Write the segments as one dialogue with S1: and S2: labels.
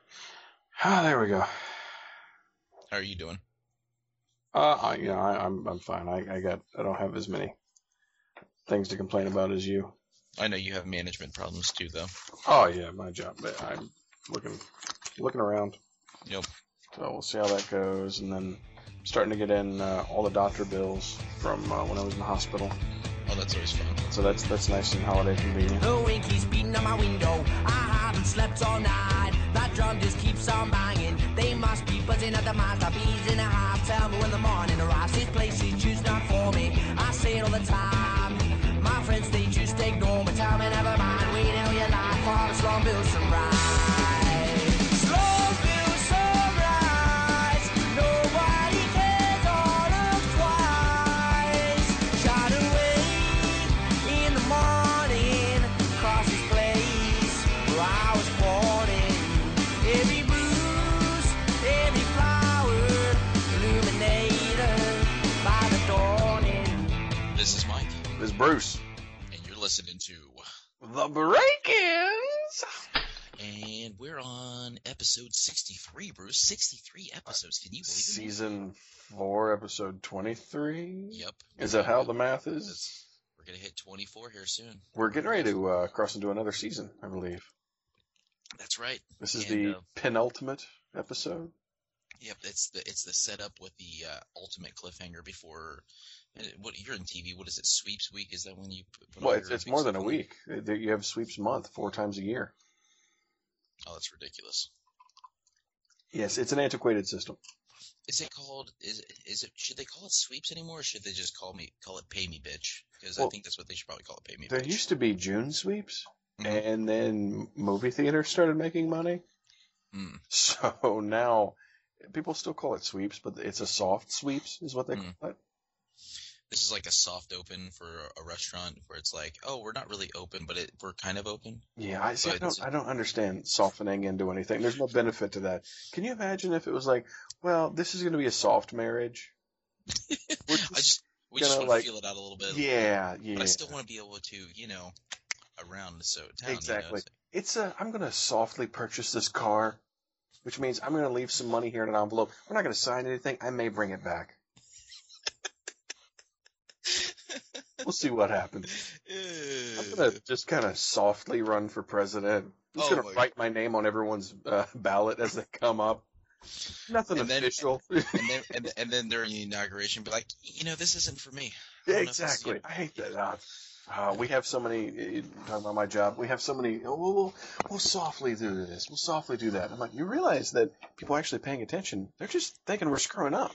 S1: Ah, there we go.
S2: How are you doing?
S1: Uh, I, you know, I, I'm I'm fine. I, I got I don't have as many things to complain about as you.
S2: I know you have management problems too, though.
S1: Oh yeah, my job. But I'm looking looking around.
S2: Yep.
S1: So we'll see how that goes, and then starting to get in uh, all the doctor bills from uh, when I was in the hospital.
S2: Oh, that's always fun.
S1: So that's that's nice and holiday convenient.
S3: The winky's beating on my window. I haven't slept all night. That drum just keeps on banging. They must be buzzing at the master bees in a half. Tell me when the morning arrives. This place is just not for me. I say it all the time. My friends, they just ignore me. Tell me never mind. We know your life for the slow build sunrise. Slow build sunrise. Nobody cares all of twice. Shine away in the morning, across this place where I was born in. Every bruise, every flower, illuminated by the dawning.
S2: This is Mike,
S1: It's Bruce.
S2: and you're listening to,
S1: The break-ins.
S2: and we're on episode 63, Bruce. 63 episodes. Can you believe it?
S1: Season four, episode twenty-three.
S2: Yep.
S1: Is that how the math is?
S2: That's- We're gonna hit 24 here soon.
S1: We're getting ready to uh, cross into another season, I believe.
S2: That's right.
S1: This is
S2: And,
S1: the
S2: uh,
S1: penultimate episode.
S2: Yep. It's the it's the setup with the uh, ultimate cliffhanger before. and it- What you're in TV? What is it? Sweeps week? Is that when you? Put put
S1: Well,
S2: on
S1: it's,
S2: your
S1: it's more
S2: big
S1: than a
S2: stuff?
S1: week. Uh, You have sweeps month four times a year.
S2: Oh, that's ridiculous.
S1: Yes, it's an antiquated system.
S2: Is it called? Is it- is it? Should they call it sweeps anymore? Or should they just call me call it pay me bitch? Because I
S1: Well,
S2: think that's what they should probably call it. Pay me
S1: There
S2: bitch.
S1: used to be June sweeps,
S2: Mhm.
S1: and then movie theaters started making money.
S2: Mm.
S1: So now people still call it sweeps, but it's a soft sweeps, is what they
S2: Mm.
S1: call it.
S2: This is like a soft open for a restaurant where it's like, oh, we're not really open, but it, we're kind of open.
S1: Yeah, I see. I
S2: But
S1: don't,
S2: it's-
S1: I don't understand softening into anything. There's no benefit to that. Can you imagine if it was like, well, this is going to be a soft marriage? We're
S2: I just we just
S1: gonna,
S2: want
S1: like-
S2: to feel it out a little bit.
S1: yeah, yeah.
S2: But I still want to be able to, you know, around the so town. you know,
S1: Exactly.
S2: it's
S1: it's a I'm gonna softly purchase this car, which means I'm gonna leave some money here in an envelope. We're not gonna sign anything. I may bring it back. we'll see what happens. I'm gonna
S2: like,
S1: just kind of softly run for president. I'm just
S2: Oh
S1: gonna
S2: my-
S1: write my name on everyone's uh, ballot as they come up. Nothing
S2: And then-
S1: official.
S2: and then and, and then during the inauguration, be like, you know, this isn't for me. know if this is
S1: exactly.
S2: good.
S1: I hate that. Uh, uh, we have so many. uh, Talking about my job, we have so many. Oh, we'll, we'll, we'll softly do this. We'll softly do that. I'm like, you realize that people actually paying attention, they're just thinking we're screwing up.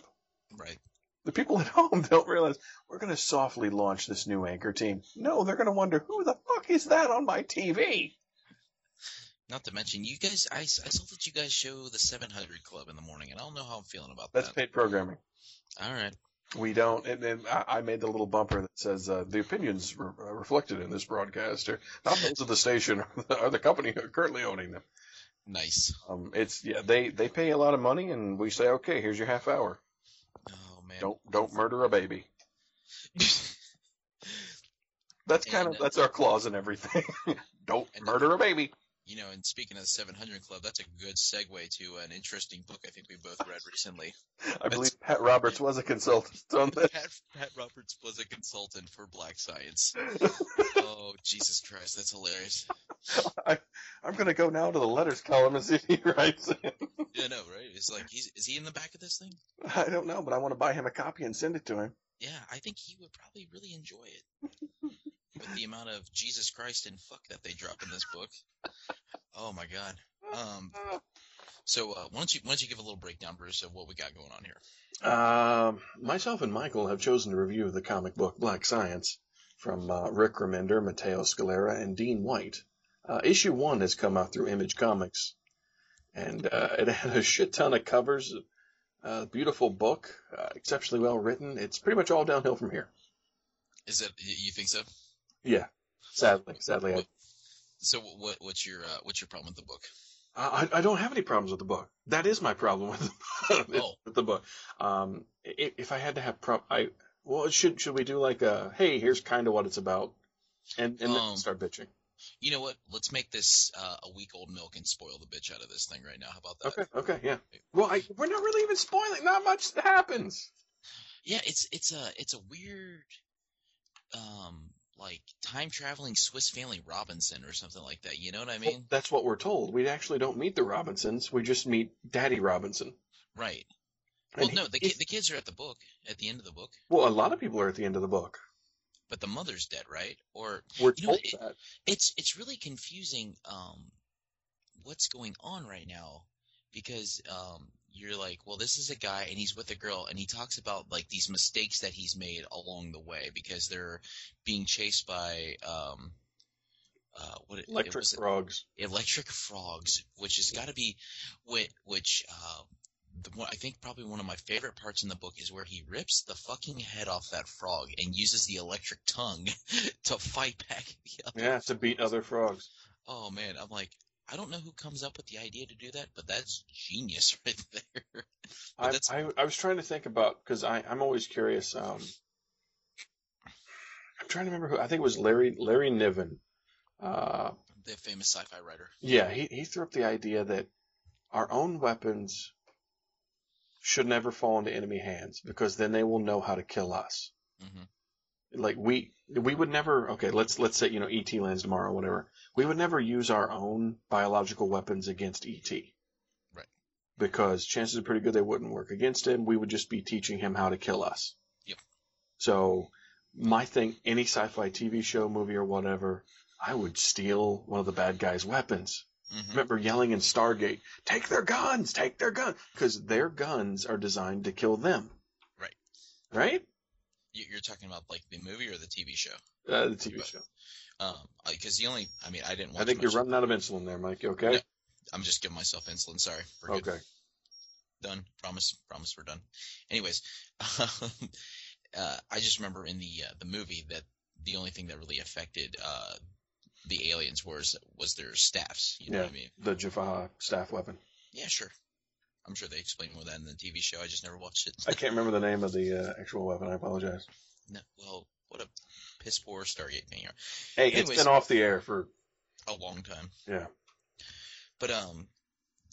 S2: Right.
S1: The people at home don't realize we're going to softly launch this new anchor team. No, they're going to wonder who the fuck is that on my TV?
S2: Not to mention, you guys, I, s- I saw that you guys show the 700 Club in the morning, and I don't know how I'm feeling about
S1: That's
S2: that.
S1: paid programming.
S2: All right.
S1: We don't. And, then I, I made the little bumper that says uh, the opinions re- uh, reflected in this broadcast are not those of the station or the company currently owning them.
S2: Nice.
S1: Um, it's yeah, they they pay a lot of money, and we say, okay, here's your half hour.
S2: Oh man.
S1: Don't don't murder a baby. That's kind of
S2: And, uh,
S1: that's our clause and everything. don't
S2: and-
S1: murder a baby.
S2: you know, and speaking of the 700 Club, that's a good segue to an interesting book I think we both read recently.
S1: I believe Pat Roberts was a consultant on that.
S2: Pat, Pat Roberts was a consultant for Black Science. oh Jesus Christ, that's hilarious.
S1: I'm gonna go now to the letters column and see if he writes. it.
S2: Yeah, no, right? It's like he's is he in the back of this thing?
S1: I don't know, but I want to buy him a copy and send it to him.
S2: Yeah, I think he would probably really enjoy it. With the amount of Jesus Christ and fuck that they drop in this book. Oh my God. Um, so uh, why don't you why don't you give a little breakdown, Bruce, of what we got going on here?
S1: Um, myself and Michael have chosen to review the comic book Black Science from uh, Rick Remender, Matteo Scalera, and Dean White. Uh, issue one has come out through Image Comics, and uh, it had a shit ton of covers. Uh, beautiful book, uh, exceptionally well written. It's pretty much all downhill from here.
S2: Is that y- you think so?
S1: Yeah, sadly, sadly, I,
S2: So wh- what what's your uh, what's your problem with the book?
S1: I, I don't have any problems with the book. That is my problem with the, with
S2: Oh.
S1: the book. Um, i- if I had to have prob, I well, should should we do like a hey, here's kind of what it's about, and and then
S2: Um,
S1: start bitching.
S2: You know what? Let's make this uh, a week old milk and spoil the bitch out of this thing right now. How about that?
S1: Okay, okay, yeah. Well, I, we're not really even spoiling. Not much that happens.
S2: Yeah, it's it's a it's a weird, um, like time traveling Swiss Family Robinson or something like that. You know what I mean?
S1: Well, that's what we're told. We actually don't meet the Robinsons. We just meet Daddy Robinson.
S2: Right.
S1: And
S2: Well, no, the
S1: he-
S2: ki- the kids are at the book at the end of the book,
S1: Well, a lot of people are at the end of the book.
S2: but the mother's dead, right? Or
S1: We're
S2: You know,
S1: told
S2: it-
S1: that.
S2: it's it's really confusing um what's going on right now because um you're like well this is a guy and he's with a girl and he talks about like these mistakes that he's made along the way because they're being chased by um uh what it, it
S1: Electric
S2: was
S1: frogs.
S2: electric frogs which has got to be which, which uh the one, I think probably one of my favorite parts in the book is where he rips the fucking head off that frog and uses the electric tongue to fight back the other
S1: Yeah, to beat other frogs.
S2: Oh man, I'm like, I don't know who comes up with the idea to do that, but that's genius right there. But
S1: I,
S2: that's-
S1: I I was trying to think about because I I'm always curious. Um, I'm trying to remember who I think it was Larry Larry Niven. Uh,
S2: The famous sci-fi writer.
S1: yeah, he he threw up the idea that our own weapons should never fall into enemy hands because then they will know how to kill us.
S2: hmm
S1: like we we would never okay let's let's say you know et lands tomorrow whatever we would never use our own biological weapons against et
S2: Right.
S1: because chances are pretty good they wouldn't work against him we would just be teaching him how to kill us
S2: Yep.
S1: so my thing any sci-fi tv show movie or whatever i would steal one of the bad guys weapons
S2: hmm
S1: remember yelling in stargate take their guns take their guns because their guns are designed to kill them
S2: Right.
S1: right
S2: You, you're talking about like the movie or the TV show?
S1: uh, the tv show
S2: Um, because the only, I mean, I didn't watch.
S1: I think you're
S2: much.
S1: running out of insulin there, Mike. You okay?
S2: I'm just giving myself insulin. Sorry. We're good.
S1: okay.
S2: Done. Promise. Promise. We're done. Anyways, um, uh, I just remember in the uh, the movie that the only thing that really affected uh, the aliens was was their staffs. You know
S1: Yeah.
S2: what I mean?
S1: The Jaffa staff weapon.
S2: Yeah, sure. I'm sure they explain more of that in the TV show. I just never watched it.
S1: I can't remember the name of the uh, actual weapon. I apologize.
S2: No, well, what a piss poor Stargate thing.
S1: Hey,
S2: Anyways.
S1: it's been off the air for
S2: A long time.
S1: yeah,
S2: But um,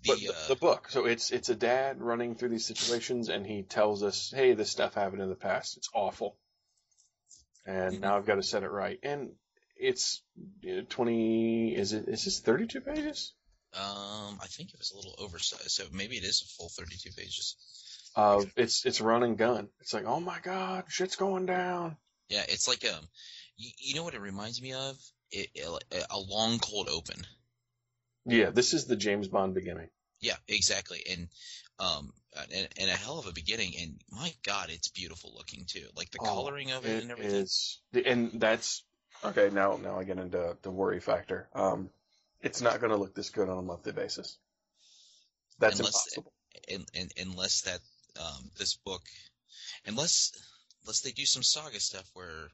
S2: the,
S1: but the,
S2: uh,
S1: the book. So it's it's a dad running through these situations, and he tells us, "Hey, this stuff happened in the past. It's awful,
S2: Mm-hmm.
S1: and now I've got to set it right." And it's uh, twenty. Is it? Is this thirty-two pages?
S2: um, I think it was a little oversized, so maybe it is a full 32 pages.
S1: Uh, it's it's run and gun. It's like, oh my god, shit's going down.
S2: Yeah, it's like um, you, you know what it reminds me of? It, it, a long cold open.
S1: Yeah, this is the James Bond beginning.
S2: Yeah, exactly. And um, and, and a hell of a beginning. And my God, it's beautiful looking too. Like the
S1: Oh,
S2: coloring of it,
S1: It
S2: and everything.
S1: is, and that's okay. Now, now I get into the worry factor. Um, it's not going to look this good on a monthly basis. That's
S2: Unless-
S1: impossible.
S2: and, and unless that um, this book, unless unless they do some saga stuff where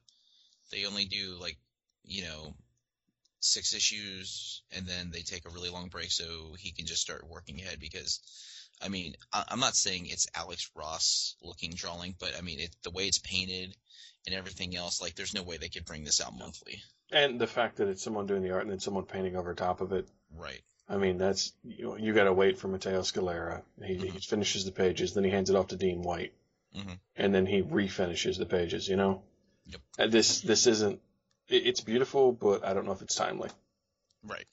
S2: they only do like you know six issues and then they take a really long break so he can just start working ahead because I mean I, I'm not saying it's Alex Ross looking drawing but I mean it the way it's painted and everything else like there's no way they could bring this out monthly
S1: And the fact that it's someone doing the art and then someone painting over top of it.
S2: right
S1: I mean, that's you, you got to wait for Matteo Scalera. He, he
S2: Mhm.
S1: finishes the pages, then he hands it off to Dean White,
S2: Mhm.
S1: and then he refinishes the pages. You know,
S2: Yep.
S1: And this this isn't. It, it's beautiful, but I don't know if it's timely.
S2: right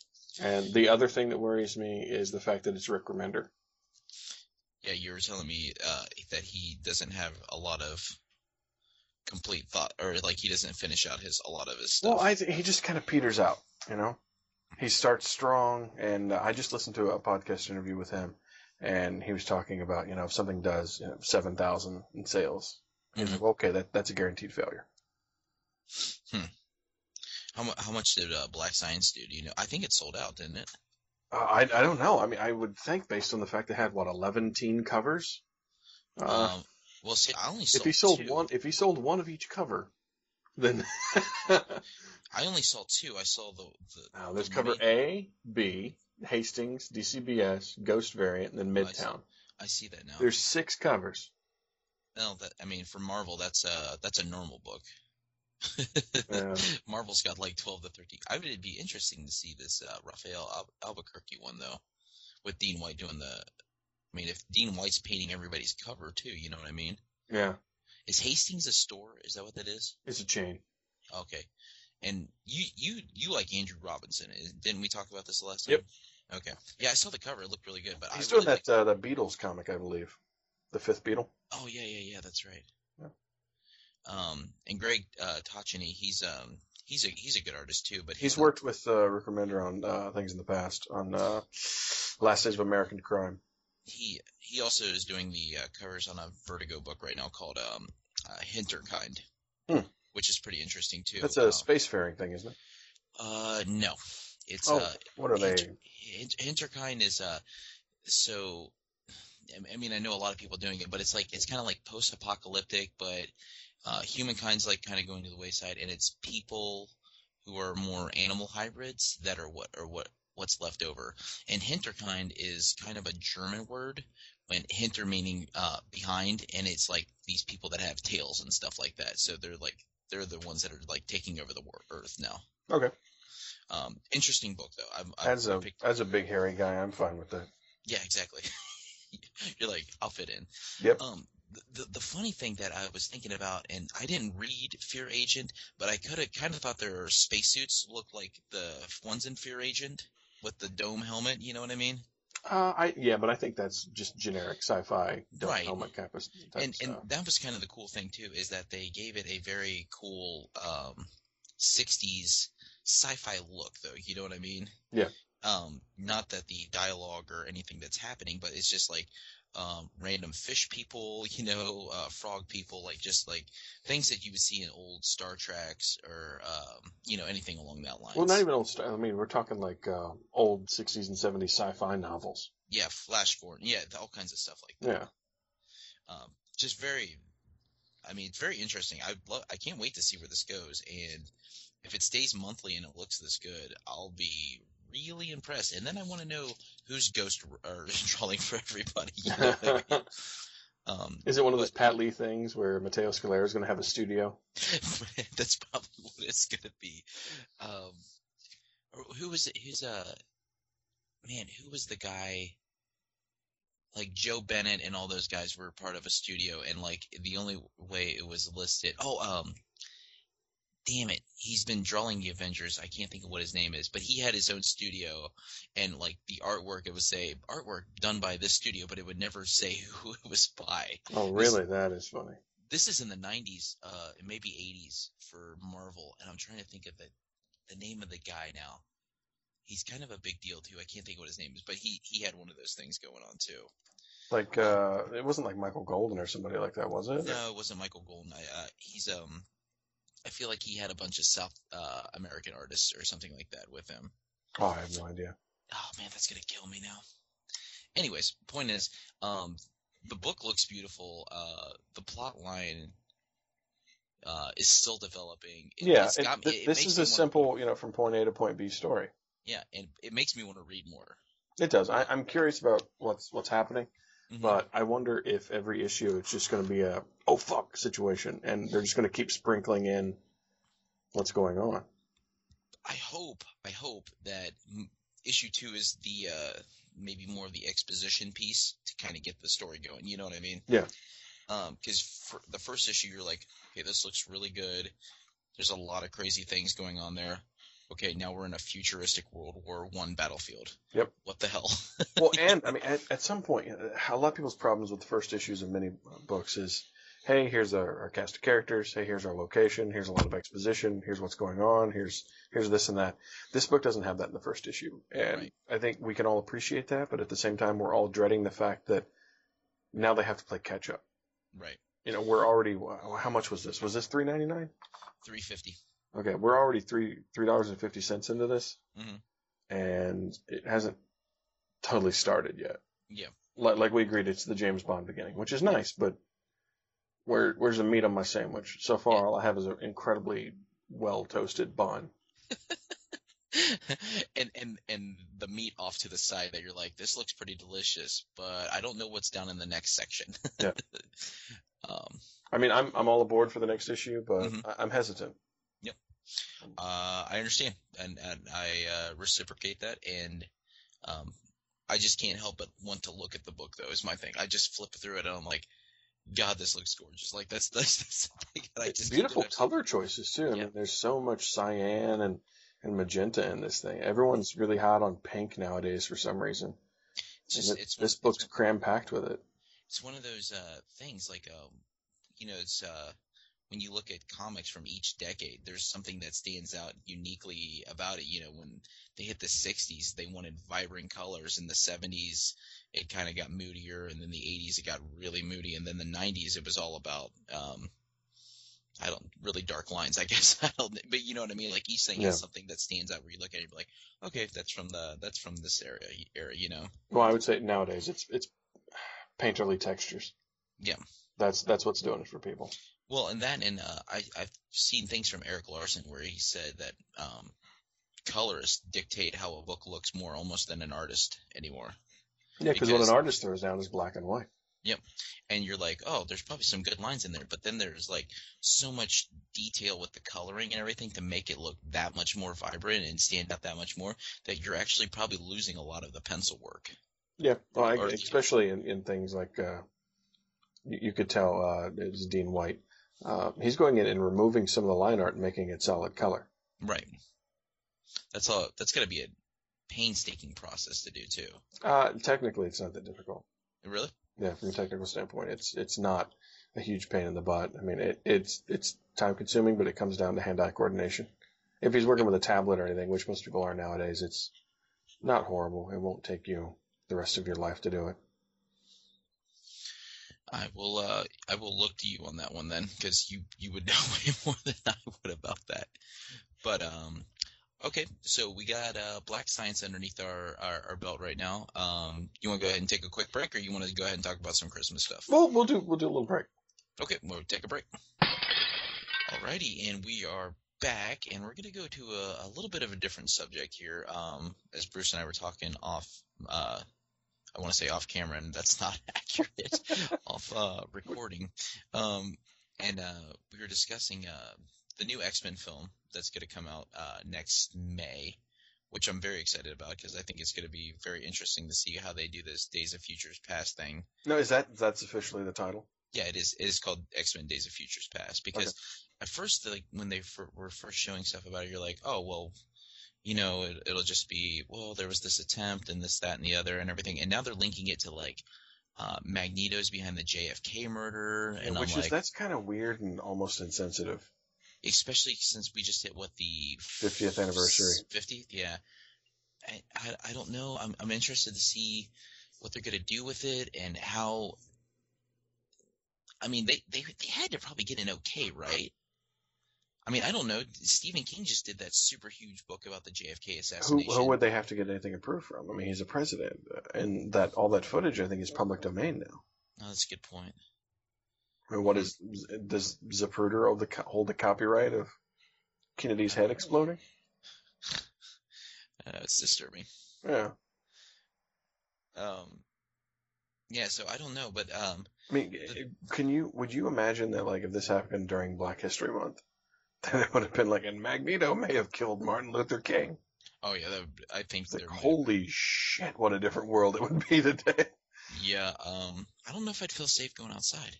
S1: And the other thing that worries me is the fact that it's Rick Remender.
S2: Yeah, you were telling me uh, that he doesn't have a lot of complete thought, or like he doesn't finish out his a lot of his stuff.
S1: Well, I th- he just kind of peters out, you know. He starts strong, and uh, I just listened to a podcast interview with him, and he was talking about you know if something does you know, seven thousand in sales, he's
S2: Mhm.
S1: like, okay, that that's a guaranteed failure.
S2: how, mu- how much did uh, Black Science do? Do you know? I think it sold out, didn't it?
S1: Uh, I I don't know. I mean, I would think based on the fact they had what eleven teen covers. Uh,
S2: um, well, see, I only sold,
S1: if he sold
S2: two.
S1: one, if he sold one of each cover, then
S2: I only sold two. I saw the the.
S1: now
S2: the
S1: there's cover
S2: money-
S1: A, B, Hastings, DCBS, Ghost Variant, and then
S2: I see.
S1: Midtown.
S2: I see that now.
S1: There's six covers.
S2: no, that I mean for Marvel, that's a that's a normal book.
S1: Yeah.
S2: Marvel's got like 12 to 13. I would it'd be interesting to see this uh, Raphael Al- Albuquerque one though, with Dean White doing the. I mean, if Dean White's painting everybody's cover too, you know what I mean?
S1: yeah,
S2: Is Hastings a store? Is that what that is?
S1: it's a chain.
S2: Okay. And you you you like Andrew Robinson? is- Didn't we talk about this last time?
S1: Yep.
S2: Okay. Yeah, I saw the cover. It looked really good, but
S1: He's
S2: I
S1: doing
S2: really
S1: that uh, that Beatles comic, I believe, the fifth Beatle.
S2: Oh yeah, yeah, yeah. That's right.
S1: Yeah.
S2: Um, and Greg uh, Tochini, he's um, he's a he's a good artist too. But
S1: He's
S2: he-
S1: worked with uh, Rick Remender on uh, things in the past, on uh, Last Days of American Crime.
S2: He he also is doing the uh, covers on a Vertigo book right now called um, uh, Hinterkind,
S1: Hmm.
S2: which is pretty interesting too.
S1: That's a
S2: Um,
S1: spacefaring thing, isn't it?
S2: uh, no, it's
S1: Oh,
S2: uh,
S1: what are they?
S2: Hinter- Hin- Hinterkind is uh, so. I- I mean, I know a lot of people doing it, but it's like it's kind of like post-apocalyptic, but uh, humankind's like kind of going to the wayside, and it's people who are more animal hybrids that are what are what what's left over. And Hinterkind is kind of a German word, when Hinter meaning uh, behind, and it's like these people that have tails and stuff like that. So they're like they're the ones that are like taking over the wor- earth now.
S1: Okay.
S2: Um, interesting book though. I've, I've
S1: As a
S2: picked-
S1: as a big hairy guy, I'm fine with that.
S2: yeah, exactly. You're like, I'll fit in.
S1: Yep.
S2: Um, the, the the funny thing that I was thinking about, and I didn't read Fear Agent, but I could have kind of thought their spacesuits looked like the ones in Fear Agent with the dome helmet. You know what I mean?
S1: Uh, I yeah, but I think that's just generic sci-fi don't
S2: Right.
S1: helmet type of type of
S2: and and
S1: stuff.
S2: that was kind of the cool thing too is that they gave it a very cool um 60s sci-fi look though you know what i mean
S1: Yeah.
S2: um not that the dialogue or anything that's happening but it's just like um random fish people you know uh frog people like just like things that you would see in old star treks or um you know anything along that line
S1: Well, not even old. Star, I mean, we're talking like uh, old '60s and '70s sci-fi novels.
S2: yeah flash gordon yeah all kinds of stuff like that
S1: Yeah.
S2: um, just very i mean it's very interesting i love i can't wait to see where this goes and if it stays monthly and it looks this good i'll be really impressed and then i want to know who's ghost r- or drawing for everybody you know what I mean? um
S1: Is it one of those Pat Lee things where Matteo Scalera is going to have a studio?
S2: that's probably what it's gonna be um or who was it who's uh man who was the guy like Joe Bennett and all those guys were part of a studio, and like the only way it was listed. Oh, um, damn it, he's been drawing the Avengers. I can't think of what his name is, but he had his own studio, and like the artwork, it would say artwork done by this studio, but it would never say who it was by.
S1: Oh, really? That is funny.
S2: This is in the '90s, uh, maybe '80s for Marvel, and I'm trying to think of the the name of the guy now. He's kind of a big deal too. I can't think of what his name is, but he he had one of those things going on too.
S1: Like, uh, it wasn't like Michael Golden or somebody like that, was it?
S2: No, it wasn't Michael Golden. I, uh, he's um, I feel like he had a bunch of South uh, American artists or something like that with him.
S1: Oh, I have no idea.
S2: Oh man, that's gonna kill me now. Anyways, point is, um, the book looks beautiful. Uh, the plot line. Uh, is still developing. It-
S1: yeah,
S2: it's
S1: it-
S2: got me-
S1: th-
S2: it
S1: this
S2: makes
S1: is
S2: me
S1: a
S2: wanna-
S1: simple, you know, from point A to point B story.
S2: Yeah, and it makes me want to read more.
S1: It does. I, I'm curious about what's what's happening,
S2: Mhm.
S1: but I wonder if every issue it's just going to be a oh fuck situation, and they're just going to keep sprinkling in what's going on.
S2: I hope, I hope that m- issue two is the uh, maybe more of the exposition piece to kind of get the story going. You know what I mean?
S1: Yeah.
S2: Because for the first issue, you're like, okay, this looks really good. There's a lot of crazy things going on there. Okay, now we're in a futuristic World War One battlefield.
S1: Yep.
S2: What the hell?
S1: Well, and I mean, at, at some point, you know, a lot of people's problems with the first issues of many uh, books is, hey, here's our, our cast of characters. Hey, here's our location. Here's a lot of exposition. Here's what's going on. Here's here's this and that. This book doesn't have that in the first issue, and
S2: Right.
S1: I think we can all appreciate that. But at the same time, we're all dreading the fact that now they have to play catch up.
S2: right.
S1: You know, we're already wow, how much was this? Was this three ninety nine?
S2: Three fifty.
S1: Okay, we're already three three dollars and fifty cents into this,
S2: Mhm.
S1: and it hasn't totally started yet.
S2: Yeah.
S1: Like, like we agreed, it's the James Bond beginning, which is nice, but where where's the meat on my sandwich? So far, all I have is an incredibly well toasted bun.
S2: and and and the meat off to the side that you're like, this looks pretty delicious, but I don't know what's down in the next section.
S1: Yeah.
S2: um,
S1: I mean, I'm I'm all aboard for the next issue, but
S2: Mhm.
S1: I, I'm hesitant.
S2: uh, I understand, and, and I uh, reciprocate that, and um, I just can't help but want to look at the book, though. Is my thing. I just flip through it, and I'm like, God, this looks gorgeous. Like that's that's, that's the thing that I
S1: It's
S2: just
S1: beautiful
S2: keep-
S1: color choices too. I
S2: Yeah.
S1: mean, there's so much cyan and and magenta in this thing. Everyone's really hot on pink nowadays for some reason.
S2: It's
S1: And
S2: just,
S1: it-
S2: it's one-
S1: this
S2: it's
S1: book's
S2: one-
S1: cram packed with it.
S2: it's one of those uh, things like um, you know it's uh, when you look at comics from each decade there's something that stands out uniquely about it you know when they hit the 60s they wanted vibrant colors in the 70s it kind of got moodier and then the 80s it got really moody and then the 90s it was all about um, I don't really dark lines, I guess. I don't, but you know what I mean. Like each thing
S1: Yeah.
S2: has something that stands out where you look at it, and you're like, okay, that's from the that's from this area era, you know.
S1: Well, I would say nowadays it's it's painterly textures.
S2: Yeah.
S1: That's that's what's doing it for people.
S2: Well, and that, and uh, I, I've seen things from Eric Larson where he said that um, colorists dictate how a book looks more almost than an artist anymore.
S1: Yeah, because what
S2: Because-
S1: an artist throws down is black and white.
S2: And you're like, oh, there's probably some good lines in there, but then there's like so much detail with the coloring and everything to make it look that much more vibrant and stand out that much more that you're actually probably losing a lot of the pencil work.
S1: Yeah, well, I,
S2: Or-
S1: especially in, in things like uh, you, you could tell uh, it was Dean White. Uh, he's going in and removing some of the line art and making it solid color.
S2: Right. That's all. That's got to be a painstaking process to do too.
S1: Uh, technically, it's not that difficult.
S2: Really?
S1: Yeah, from a technical standpoint, it's it's not a huge pain in the butt. I mean, it, it's it's time consuming, but it comes down to hand eye coordination. If he's working with a tablet or anything, which most people are nowadays, it's not horrible. It won't take you the rest of your life to do it.
S2: I will. Uh, I will look to you on that one then, because you you would know way more than I would about that. But um, okay. So we got uh, Black Science underneath our, our our belt right now. Um, you want to go ahead and take a quick break, or you want to go ahead and talk about some Christmas stuff?
S1: Well, we'll do we'll do a little break.
S2: Okay, we'll take a break. Alrighty, and we are back, and we're going to go to a, a little bit of a different subject here. Um, as Bruce and I were talking off, uh, I want to say off camera, and that's not accurate, off uh, recording. Um, and uh, we were discussing uh, the new X Men film that's going to come out uh, next May, which I'm very excited about because I think it's going to be very interesting to see how they do this Days of Futures Past thing.
S1: No, is that that's officially the title?
S2: Yeah, it is. It is called X Men: Days of Futures Past because at first, like when they fir- were first showing stuff about it, you're like, oh well, you know, it, it'll just be well, there was this attempt and this, that, and the other, and everything. And now they're linking it to like uh, Magneto's behind the JFK murder, and
S1: which
S2: I'm
S1: is
S2: like,
S1: that's kind of weird and almost insensitive.
S2: especially since we just hit what the
S1: 50th anniversary.
S2: 50th, yeah. I, I, I don't know. I'm I'm interested to see what they're gonna do with it and how. I mean, they they they had to probably get an okay, right? I mean, I don't know. Stephen King just did that super huge book about the JFK
S1: Who,
S2: assassination.
S1: who would they have to get anything approved from? I mean, he's a president, and that all that footage I think is public domain now.
S2: Oh, that's a good point.
S1: I mean, what is does Zapruder hold the co- hold the copyright of Kennedy's head exploding?
S2: Uh, it's disturbing.
S1: Yeah,
S2: Um, yeah. So I don't know, but um,
S1: I mean, can you would you imagine that like if this happened during Black History Month, then it would have been like, and Magneto may have killed Martin Luther King.
S2: oh yeah, that, would- I think
S1: It's like,
S2: there might have
S1: holy shit, what a different world it would be today.
S2: Yeah, um, I don't know if I'd feel safe going outside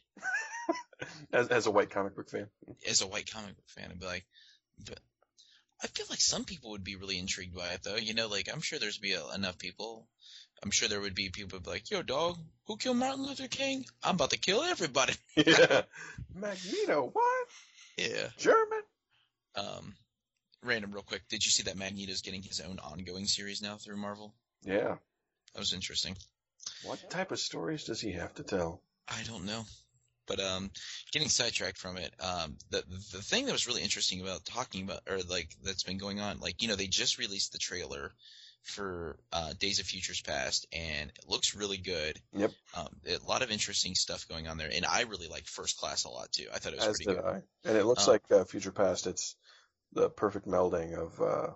S1: As as a white comic book fan,
S2: as a white comic book fan. I'd be like, but I feel like some people would be really intrigued by it, though. You know, like I'm sure there's be a, enough people. I'm sure there would be people be like, "Yo, dog, who killed Martin Luther King? I'm about to kill everybody."
S1: yeah, Magneto, what
S2: yeah.
S1: German?
S2: Um, random, real quick. Did you see that Magneto's getting his own ongoing series now through Marvel?
S1: Yeah.
S2: That was interesting.
S1: What type of stories does he have to tell?
S2: I don't know. But um, getting sidetracked from it, um, the the thing that was really interesting about talking about, or like that's been going on, like you know, they just released the trailer for uh, Days of Futures Past, and it looks really good.
S1: Yep.
S2: Um, a lot of interesting stuff going on there, and I really liked First Class a lot too. I thought it was
S1: As
S2: pretty
S1: did
S2: good.
S1: I. And it looks
S2: Um,
S1: like uh, Future Past. It's the perfect melding of uh,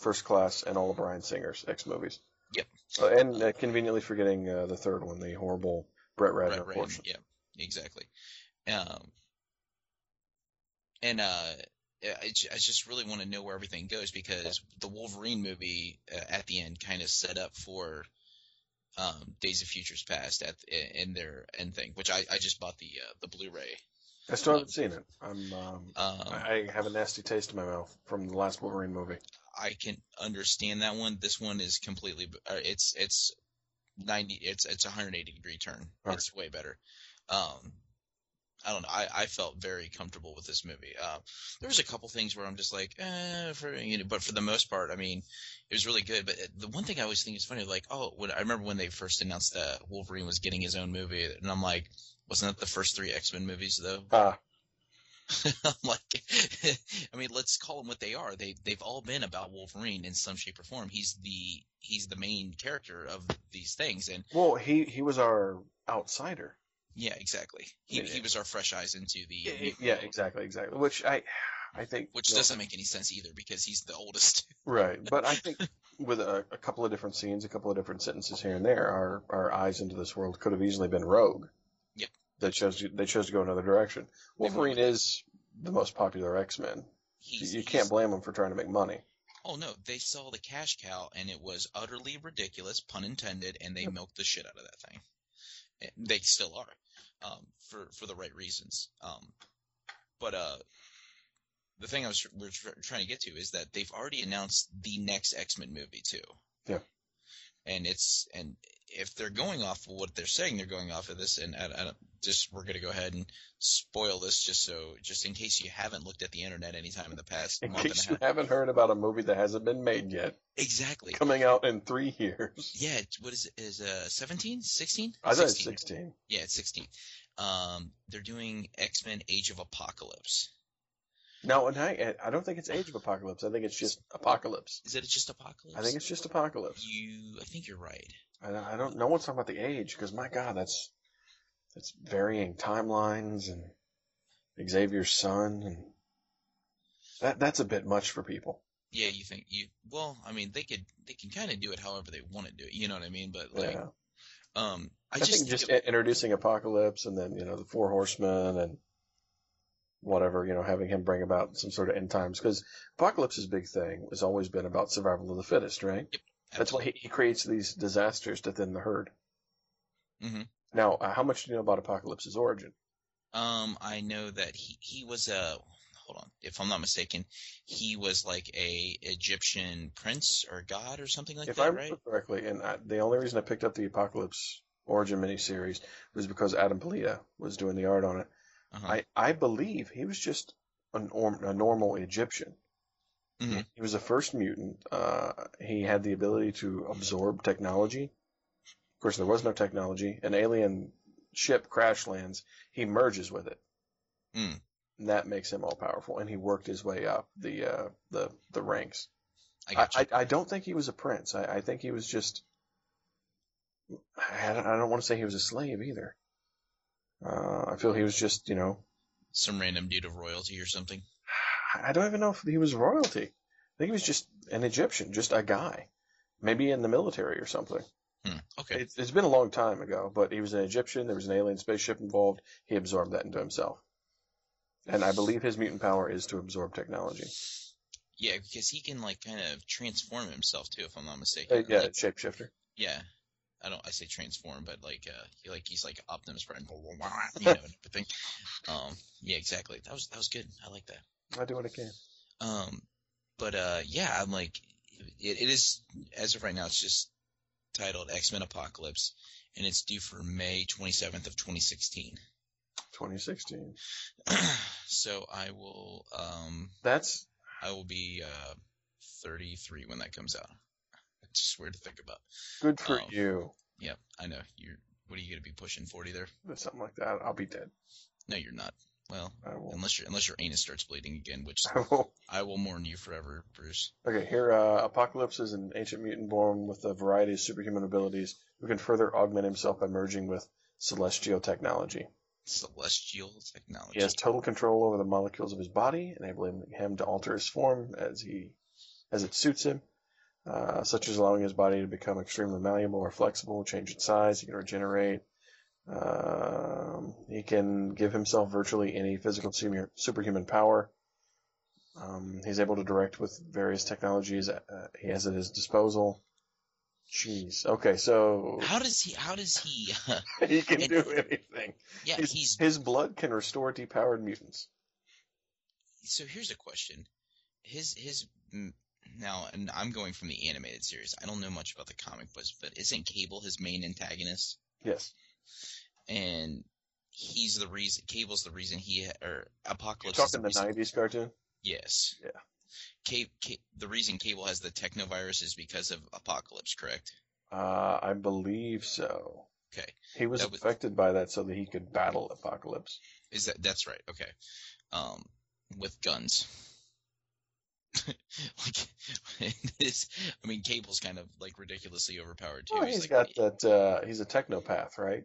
S1: First Class and all of Bryan Singer's ex movies.
S2: Yep.
S1: Uh, and uh, conveniently forgetting uh, the third one, the horrible Brett Ratner
S2: Brett Ratner,
S1: portion.
S2: Yeah, exactly. Um, and uh, yeah, I, ju- I just really want to know where everything goes because the Wolverine movie uh, at the end kind of set up for um, Days of Futures Past at in their end thing, which I, I just bought the uh, the Blu-ray.
S1: I still haven't seen it. I'm um,
S2: Um,
S1: I I have a nasty taste in my mouth from the last Wolverine movie.
S2: I can understand that one. This one is completely. Uh, it's it's ninety. It's it's a hundred eighty degree turn.
S1: Right.
S2: It's way better. Um, I don't know. I, I felt very comfortable with this movie. Uh, there was a couple things where I'm just like, eh, for, you know, but for the most part, I mean, it was really good. But uh, the one thing I always think is funny, like, oh, when I remember when they first announced that Wolverine was getting his own movie, and I'm like, wasn't that the first three X Men movies though?
S1: Ah,
S2: I'm like, I mean, let's call them what they are. They they've all been about Wolverine in some shape or form. He's the he's the main character of these things, and
S1: well, he he was our outsider.
S2: yeah, exactly. He
S1: Yeah.
S2: he was our fresh eyes into the new
S1: Yeah,
S2: world,
S1: exactly, exactly. Which I I think
S2: which
S1: no.
S2: doesn't make any sense either because he's the oldest.
S1: Right, but I think with a, a couple of different scenes, a couple of different sentences here and there, our our eyes into this world could have easily been Rogue.
S2: Yep.
S1: That chose to- they chose to go another direction.
S2: went
S1: Wolverine
S2: with
S1: is the most popular X Men. You,
S2: He's,
S1: you
S2: he's-
S1: can't blame him for trying to make money.
S2: Oh no, they saw the cash cow, and it was utterly ridiculous, pun intended, and they milked the shit out of that thing. And They still are, um, for for the right reasons. Um, but uh, the thing I was we're tr- trying to get to is that they've already announced the next X Men movie too.
S1: Yeah.
S2: And it's and if they're going off of what they're saying, they're going off of this, and I, I don't, just we're gonna go ahead and spoil this just so just in case you haven't looked at the internet anytime in the past
S1: In
S2: month and a
S1: case you
S2: half.
S1: haven't heard about a movie that hasn't been made yet,
S2: Exactly.
S1: coming out in three years.
S2: Yeah, it's- what is it? Is uh 17, 16?
S1: I thought it was sixteen.
S2: Yeah, it's 16. Um they're doing X-Men Age of Apocalypse.
S1: No, and I I don't think it's Age of Apocalypse. I think it's just Apocalypse.
S2: Is it just Apocalypse?
S1: I think it's just Apocalypse.
S2: you I think you're right.
S1: I, I don't. No one's talking about the age because my God, that's that's varying timelines and Xavier's son, and that that's a bit much for people.
S2: Yeah, you think you well, I mean they could they can kind of do it however they want to do it, you know what I mean? But like
S1: yeah,
S2: um I,
S1: I,
S2: just
S1: think just
S2: it-
S1: i- introducing Apocalypse and then you know the Four Horsemen and whatever you know having him bring about some sort of end times because Apocalypse's big thing has always been about survival of the fittest, right? That's why he, he creates these disasters to thin the herd.
S2: Mhm.
S1: Now, uh, how much do you know about Apocalypse's origin?
S2: Um, I know that he he was a hold on, if I'm not mistaken, he was like a Egyptian prince or god or something like
S1: if
S2: that,
S1: I
S2: right?
S1: remember correctly, and I, the only reason I picked up the Apocalypse Origin miniseries was because Adam Palita was doing the art on it.
S2: Uh-huh.
S1: I, I believe he was just an or, a normal Egyptian.
S2: Mhm.
S1: He was the first mutant. Uh, he had the ability to absorb technology. Of course, there was no technology. An alien ship crash lands. He merges with it.
S2: Mm.
S1: And That makes him all powerful, and he worked his way up the uh, the the ranks.
S2: I
S1: I,
S2: got
S1: I, I don't think he was a prince. I, I think he was just. I don't, I don't want to say he was a slave either. Uh, I feel he was just, you know,
S2: some random dude of royalty or something.
S1: I I don't even know if he was royalty. I think he was just an Egyptian, just a guy, maybe in the military or something.
S2: Hmm. Okay.
S1: It's, it's been a long time ago, but he was an Egyptian. There was an alien spaceship involved. He absorbed that into himself, and I believe his mutant power is to absorb technology.
S2: Yeah, because he can like kind of transform himself too, if I'm not mistaken.
S1: Uh,
S2: Or,
S1: yeah,
S2: like-
S1: shapeshifter.
S2: yeah. I don't. I say transform, but like, uh, he, like he's like Optimus Prime, blah, blah, blah, you know, and everything. Um, yeah, exactly. That was that was good. I like that.
S1: I do what I can.
S2: Um, but uh, yeah, I'm like, it, it is as of right now, it's just titled X Men Apocalypse, and it's due for May 27th of 2016.
S1: 2016.
S2: so I will, um,
S1: That's
S2: I will be uh, 33 when that comes out. It's just weird to think about.
S1: good for
S2: Oh.
S1: you.
S2: Yep, I know. You're what are you gonna be pushing 40 there?
S1: or something like that, I'll be dead.
S2: No, you're not. Well,
S1: I will.
S2: unless your unless your anus starts bleeding again, which
S1: I will.
S2: I will mourn you forever, Bruce.
S1: Okay, here, uh, Apocalypse is an ancient mutant born with a variety of superhuman abilities who can further augment himself by merging with celestial technology.
S2: Celestial technology.
S1: He has total control over the molecules of his body, enabling him to alter his form as he as it suits him, uh, such as allowing his body to become extremely malleable or flexible, change its size, he can regenerate. Um, he can give himself virtually any physical sumer- superhuman power. Um, he's able to direct with various technologies uh, he has at his disposal. Jeez. Okay, so
S2: How does he? How does he?
S1: he can
S2: and-
S1: do anything.
S2: yeah,
S1: His-
S2: he's
S1: His blood can restore depowered mutants.
S2: so here's a question his his mm, now and i'm going from the animated series i don't know much about the comic books but isn't cable his main antagonist
S1: Yes.
S2: and he's the reason cable's the reason he ha- or
S1: You're
S2: apocalypse is
S1: talking the
S2: reason-
S1: 90s cartoon?
S2: yes
S1: Yeah.
S2: Ca Ca the reason cable has the technovirus is because of apocalypse correct
S1: Uh, I believe so.
S2: okay
S1: He was
S2: That was-
S1: affected by that so that he could battle Apocalypse.
S2: is that that's right okay um with guns like this i mean cable's kind of like ridiculously overpowered too
S1: Well,
S2: He's
S1: Oh, he's
S2: like,
S1: got that. Uh, he's a technopath, right?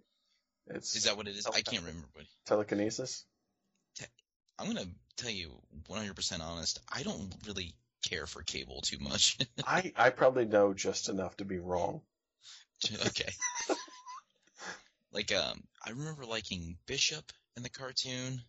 S1: It's
S2: Is that what it is? I can't remember. But
S1: telekinesis.
S2: I'm gonna tell you 100% honest. I don't really care for cable too much.
S1: I I probably know just enough to be wrong.
S2: okay. like um, I remember liking Bishop in the cartoon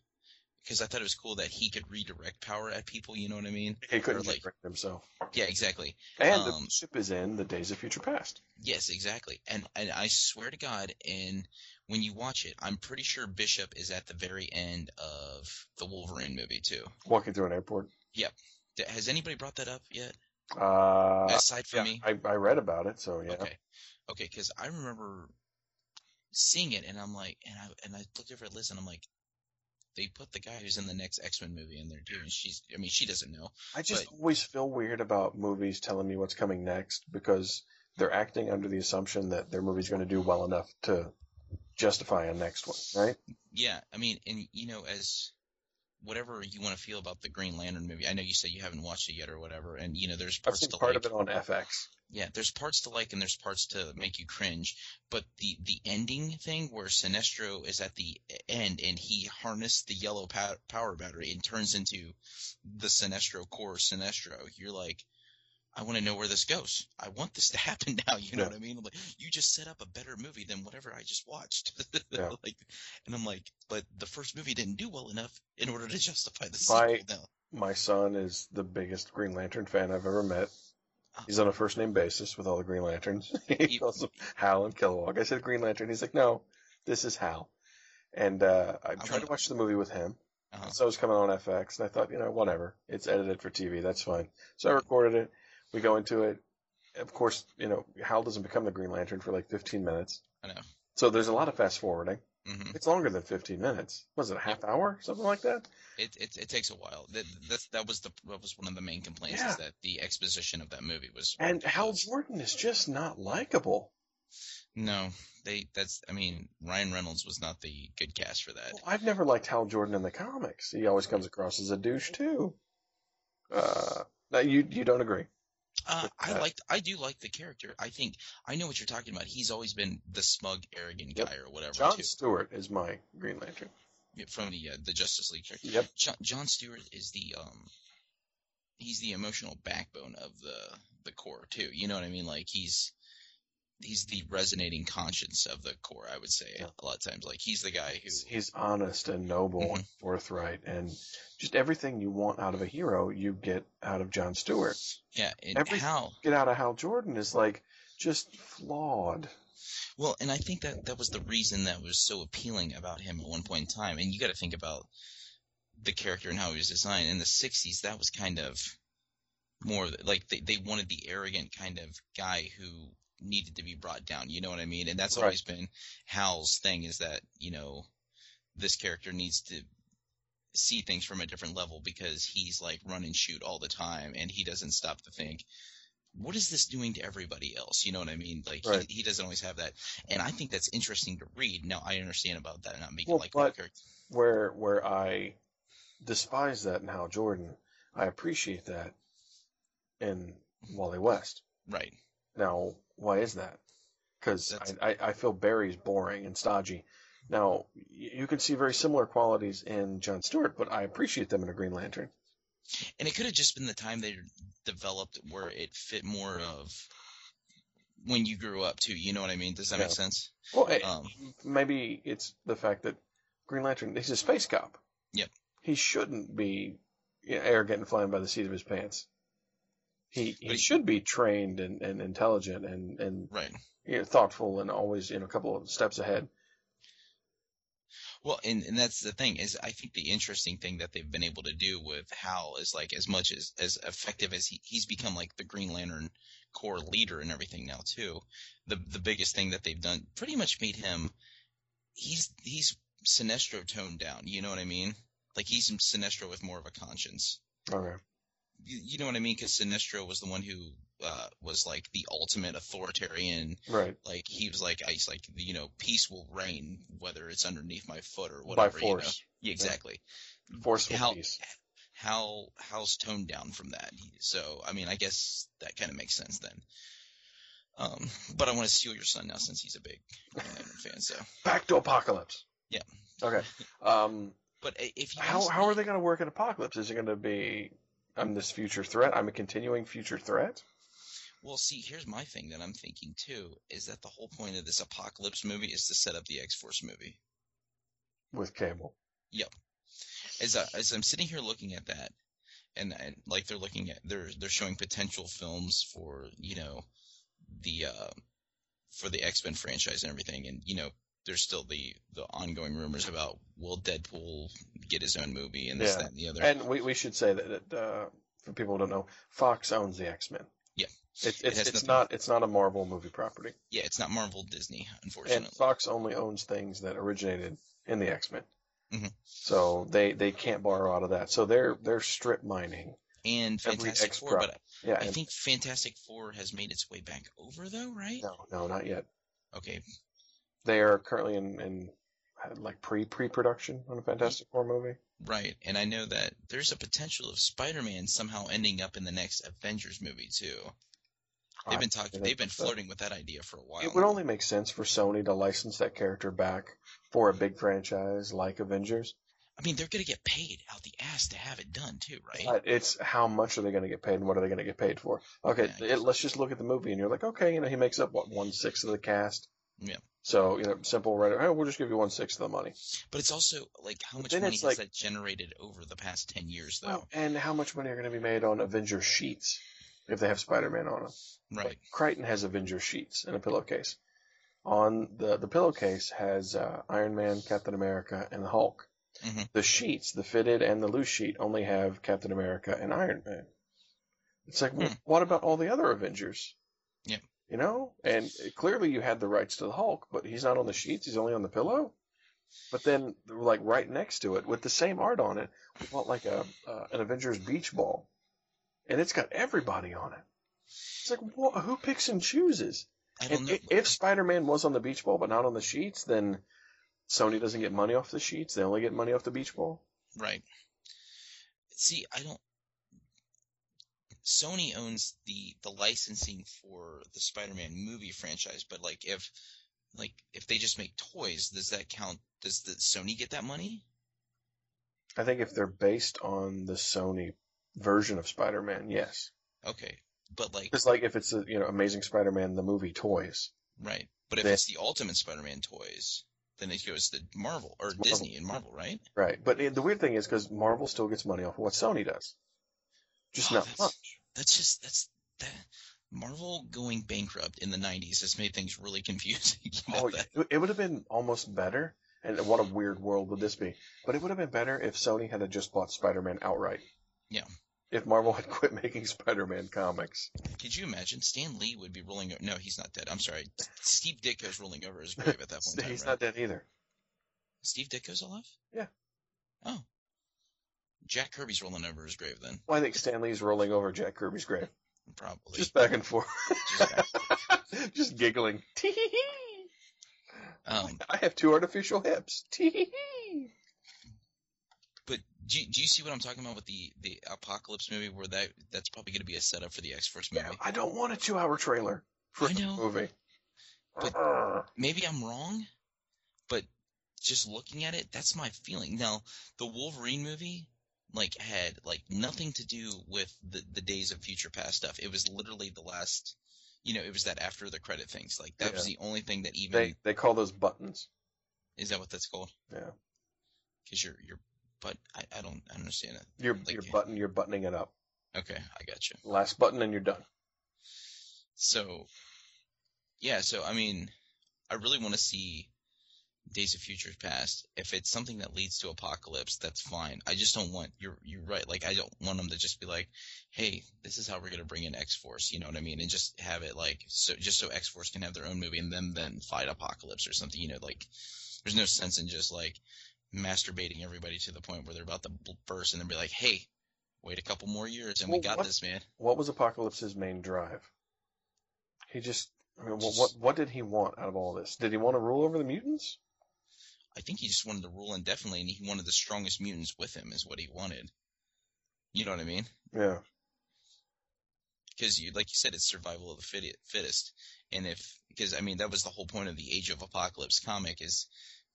S2: because I thought it was cool that he could redirect power at people. You know what I mean?
S1: He couldn't
S2: like-
S1: like, himself.
S2: Yeah, exactly.
S1: And
S2: um,
S1: the ship is in the Days of Future Past.
S2: Yes, exactly. And and I swear to God, in when you watch it, I'm pretty sure Bishop is at the very end of the Wolverine movie too.
S1: Walking through an airport.
S2: D- Has anybody brought that up yet?
S1: Uh,
S2: Aside from
S1: yeah,
S2: me,
S1: I I read about it, so yeah.
S2: Okay. Okay, because I remember seeing it, and I'm like, and I and I looked over at Liz, and I'm like, they put the guy who's in the next X Men movie in there too, and she's, I mean, she doesn't know.
S1: I just
S2: But-
S1: always feel weird about movies telling me what's coming next because they're acting under the assumption that their movie's going to do well enough to justify a next one, right?
S2: Yeah, I mean, and you know, as whatever you want to feel about the Green Lantern movie, I know you say you haven't watched it yet or whatever, and you know, there's
S1: I've
S2: parts
S1: seen
S2: to
S1: part
S2: like.
S1: of it on FX.
S2: Yeah, there's parts to like, and there's parts to make you cringe. But the the ending thing where Sinestro is at the end and he harnessed the yellow pow- power battery and turns into the Sinestro core Sinestro, you're like, I want to know where this goes. I want this to happen now. You know
S1: Yeah.
S2: what I mean? I'm like, you just set up a better movie than whatever I just watched.
S1: Yeah.
S2: like, and I'm like, but the first movie didn't do well enough in order to justify the
S1: My-
S2: sequel. Now,
S1: My son is the biggest Green Lantern fan I've ever met. He's on a first name basis with all the Green Lanterns. he
S2: You-
S1: calls them Hal and Kellogg. I said Green Lantern. He's like, no, this is Hal. And uh, I tried to
S2: wanna-
S1: watch the movie with him.
S2: Uh-huh.
S1: So it was coming on FX, and I thought, you know, whatever. It's edited for TV. That's fine. So I recorded it. We go into it. Of course, you know, Hal doesn't become the Green Lantern for like 15 minutes.
S2: I know.
S1: So there's a lot of fast forwarding.
S2: hmm
S1: It's longer than 15 minutes. Was it a half hour? Something like that?
S2: It, it it takes a while. That that's, that was the that was one of the main complaints
S1: Yeah.
S2: is that the exposition of that movie was
S1: And Hal
S2: ridiculous.
S1: Jordan is just not likable.
S2: No, they that's I mean Ryan Reynolds was not the good cast for that.
S1: Well, I've never liked Hal Jordan in the comics. He always comes across as a douche too. Uh, now you you don't agree?
S2: Uh, I
S1: Uh,
S2: liked I do like the character. I think I know what you're talking about. He's always been the smug, arrogant
S1: Yep.
S2: guy or whatever
S1: John
S2: too
S1: Stewart is my Green Lantern.
S2: Yeah, from the uh, the Justice League. character.
S1: Yep.
S2: John, John Stewart is the um he's the emotional backbone of the the core too. You know what I mean? Like he's he's the resonating conscience of the core. I would say
S1: Yeah.
S2: a lot of times, like he's the guy who
S1: He's, he's honest and noble and forthright, and just everything you want out of a hero, you get out of John Stewart.
S2: yeah and
S1: every-
S2: how
S1: Get out of Hal Jordan is like just flawed.
S2: Well, and I think that that was the reason that was so appealing about him at one point in time. And you got to think about the character and how he was designed. In the '60s, that was kind of more of the- like they they wanted the arrogant kind of guy who needed to be brought down. You know what I mean? And that's
S1: Right.
S2: always been Hal's thing is that you know this character needs to see things from a different level because he's like run and shoot all the time and he doesn't stop to think what is this doing to everybody else you know what i mean like
S1: Right.
S2: he, he doesn't always have that and i think that's interesting to read now i understand about that not making
S1: Well,
S2: like
S1: but-
S2: character.
S1: Where where I despise that in Hal Jordan, I appreciate that in Wally West.
S2: right
S1: Now, why is that? Because
S2: That's-
S1: I, I, I feel Barry's boring and stodgy. Now, y- you can see very similar qualities in John Stewart, but I appreciate them in a Green Lantern.
S2: and it could have just been the time they developed where it fit more of when you grew up too you know what i mean does that make
S1: Yeah.
S2: sense
S1: Well, eh,
S2: um
S1: maybe it's the fact that Green Lantern, he's a space cop.
S2: Yep.
S1: He shouldn't be yeah, arrogant and flying by the seat of his pants. He
S2: But
S1: he
S2: he-
S1: should be trained and, and intelligent and and
S2: Right.
S1: you know, thoughtful and always you know a couple of steps ahead.
S2: Well, and, and that's the thing is I think the interesting thing that they've been able to do with Hal is like as much as as effective as he, he's become like the Green Lantern core leader and everything now too. The the biggest thing that they've done pretty much made him he's he's Sinestro toned down. You know what I mean? Like he's Sinestro with more of a conscience.
S1: Okay.
S2: You, you know what I mean? Because Sinestro was the one who uh, was like the ultimate authoritarian
S1: Right.
S2: like he was like ice like you know peace will reign whether it's underneath my foot or
S1: By
S2: whatever you know?
S1: force.
S2: Yeah, exactly
S1: Forceful
S2: Hal-
S1: peace.
S2: how how's toned down from that so i mean i guess that kind of makes sense then um but i want to steal your son now since he's a big Green Lantern fan so
S1: Back to apocalypse.
S2: Yeah.
S1: Okay. Um
S2: but i- if you
S1: how how are they gonna work in apocalypse? Is it gonna be I'm this future threat, I'm a continuing future threat?
S2: well see here's my thing that i'm thinking too is that the whole point of this apocalypse movie is to set up the x-force movie
S1: With cable.
S2: as I, as I'm sitting here looking at that, and, and like they're looking at they're they're showing potential films for you know the uh, for the X Men franchise and everything, and you know there's still the the ongoing rumors about will Deadpool get his own movie and this
S1: Yeah.
S2: that and the other.
S1: And we, we should say that uh, for people who don't know, Fox owns the X Men.
S2: Yeah.
S1: It's
S2: It
S1: it's,
S2: has
S1: it's
S2: nothing-
S1: not it's not a Marvel movie property.
S2: yeah, it's not Marvel Disney,
S1: And
S2: unfortunately.
S1: Fox only owns things that originated in the X Men.
S2: Mhm.
S1: So they, they can't borrow out of that. So they're they're strip mining.
S2: And,
S1: every
S2: Fantastic
S1: X
S2: Four,
S1: prop-
S2: but
S1: Yeah.
S2: I
S1: and-
S2: think Fantastic Four has made its way back over though, right?
S1: no, no, not yet.
S2: Okay,
S1: They are currently in, in uh, like pre pre production on a Fantastic Four movie.
S2: right. And I know that there's a potential of Spider-Man somehow ending up in the next Avengers movie too. They've been talking.
S1: I
S2: They've been
S1: think so.
S2: flirting with that idea for a while.
S1: It would only make sense for Sony to license that character back for a big franchise like Avengers.
S2: I mean, they're gonna get paid out the ass to have it done too, right?
S1: But it's how much are they going to get paid and what are they going to get paid for? Okay,
S2: Yeah, I
S1: it-
S2: guess.
S1: let's just look at the movie and you're like, okay, you know, he makes up what one sixth of the cast.
S2: Yeah.
S1: So you know, simple writer. Hey, we'll just give you one sixth of the money.
S2: But it's also like how
S1: But
S2: much
S1: then
S2: money
S1: it's
S2: has
S1: like-
S2: that generated over the past ten years, though?
S1: Well, and how much money are going to be made on Avenger sheets if they have Spider-Man on them?
S2: right.
S1: Like, Crichton has Avenger sheets and a pillowcase. On the the pillowcase has uh, Iron Man, Captain America, and the Hulk.
S2: Mhm.
S1: The sheets, the fitted and the loose sheet, only have Captain America and Iron Man. It's like, well,
S2: Hmm.
S1: what about all the other Avengers?
S2: Yep.
S1: You know, and clearly you had the rights to the Hulk, but he's not on the sheets; he's only on the pillow. But then, like right next to it, with the same art on it, we want like a uh, an Avengers beach ball, and it's got everybody on it. It's like, wha who picks and chooses?
S2: I don't
S1: If,
S2: know.
S1: if Spider-Man was on the beach ball but not on the sheets, then Sony doesn't get money off the sheets. They only get money off the beach ball.
S2: Right. See, I don't. Sony owns the the licensing for the Spider-Man movie franchise, but like if like if they just make toys, does that count? Does the Sony get that money?
S1: I think if they're based on the Sony version of Spider-Man, yes.
S2: Okay, but like
S1: It's like if it's a, you know Amazing Spider-Man the movie toys.
S2: Right. But if
S1: That-
S2: it's the Ultimate Spider-Man toys, then it goes to Marvel or
S1: Marvel.
S2: Disney and Marvel, right?
S1: Right. But it, the weird thing is because Marvel still gets money off of what Sony does. Just
S2: Oh,
S1: not
S2: that's-
S1: much.
S2: That's just that's that Marvel going bankrupt in the 90s has made things really confusing. you know
S1: Oh,
S2: that?
S1: it- it would have been almost better. And what a weird world would this be? But it would have been better if Sony had just bought Spider-Man outright.
S2: Yeah.
S1: If Marvel had quit making Spider-Man comics.
S2: Could you imagine Stan Lee would be rolling over? No, he's not dead. I'm sorry. Steve Ditko's rolling over his grave at that point. in time,
S1: He's
S2: right?
S1: not dead either.
S2: Steve Ditko's alive?
S1: Yeah.
S2: Oh. Jack Kirby's rolling over his grave then,
S1: Well, I think Stan Lee's rolling over Jack Kirby's grave,
S2: probably.
S1: just back and forth,
S2: Just back.
S1: just giggling.
S2: um,
S1: I have two artificial hips.
S2: But do you, do you see what I'm talking about with the, the apocalypse movie where that that's probably going to be a setup for the X Force movie?
S1: I don't want a two-hour trailer for
S2: I
S1: a
S2: know.
S1: movie.
S2: But- Maybe I'm wrong, but just looking at it, that's my feeling. Now, the Wolverine movie like had like nothing to do with the the Days of Future Past stuff. It was literally the last, you know, it was that after the credit things. Like that was the only thing that even
S1: They they call those buttons.
S2: is that what that's called?
S1: Yeah.
S2: Because you're you're but I, I don't I understand it.
S1: You're
S2: Like-
S1: you're button you're buttoning it up.
S2: Okay, I got you.
S1: Last button and you're done.
S2: So, yeah, so I mean, I really want to see Days of Futures Past. If it's something that leads to apocalypse, that's fine. I just don't want you're you're right. Like I don't want them to just be like, "Hey, this is how we're gonna bring in X Force," you know what I mean? And just have it like so just so X Force can have their own movie and then then fight apocalypse or something. You know, like there's no sense in just like masturbating everybody to the point where they're about to bl- burst and then be like, "Hey, wait a couple more years and we
S1: Well,
S2: got
S1: what-
S2: this, man."
S1: What was Apocalypse's main drive? He just I mean, what,
S2: Just-
S1: what what did he want out of all this? Did he want to rule over the mutants?
S2: I think he just wanted to rule indefinitely, and he wanted the strongest mutants with him, is what he wanted. You know what I mean?
S1: Yeah.
S2: Because you, like you said, it's survival of the fit- fittest. And if, because I mean, that was the whole point of the Age of Apocalypse comic is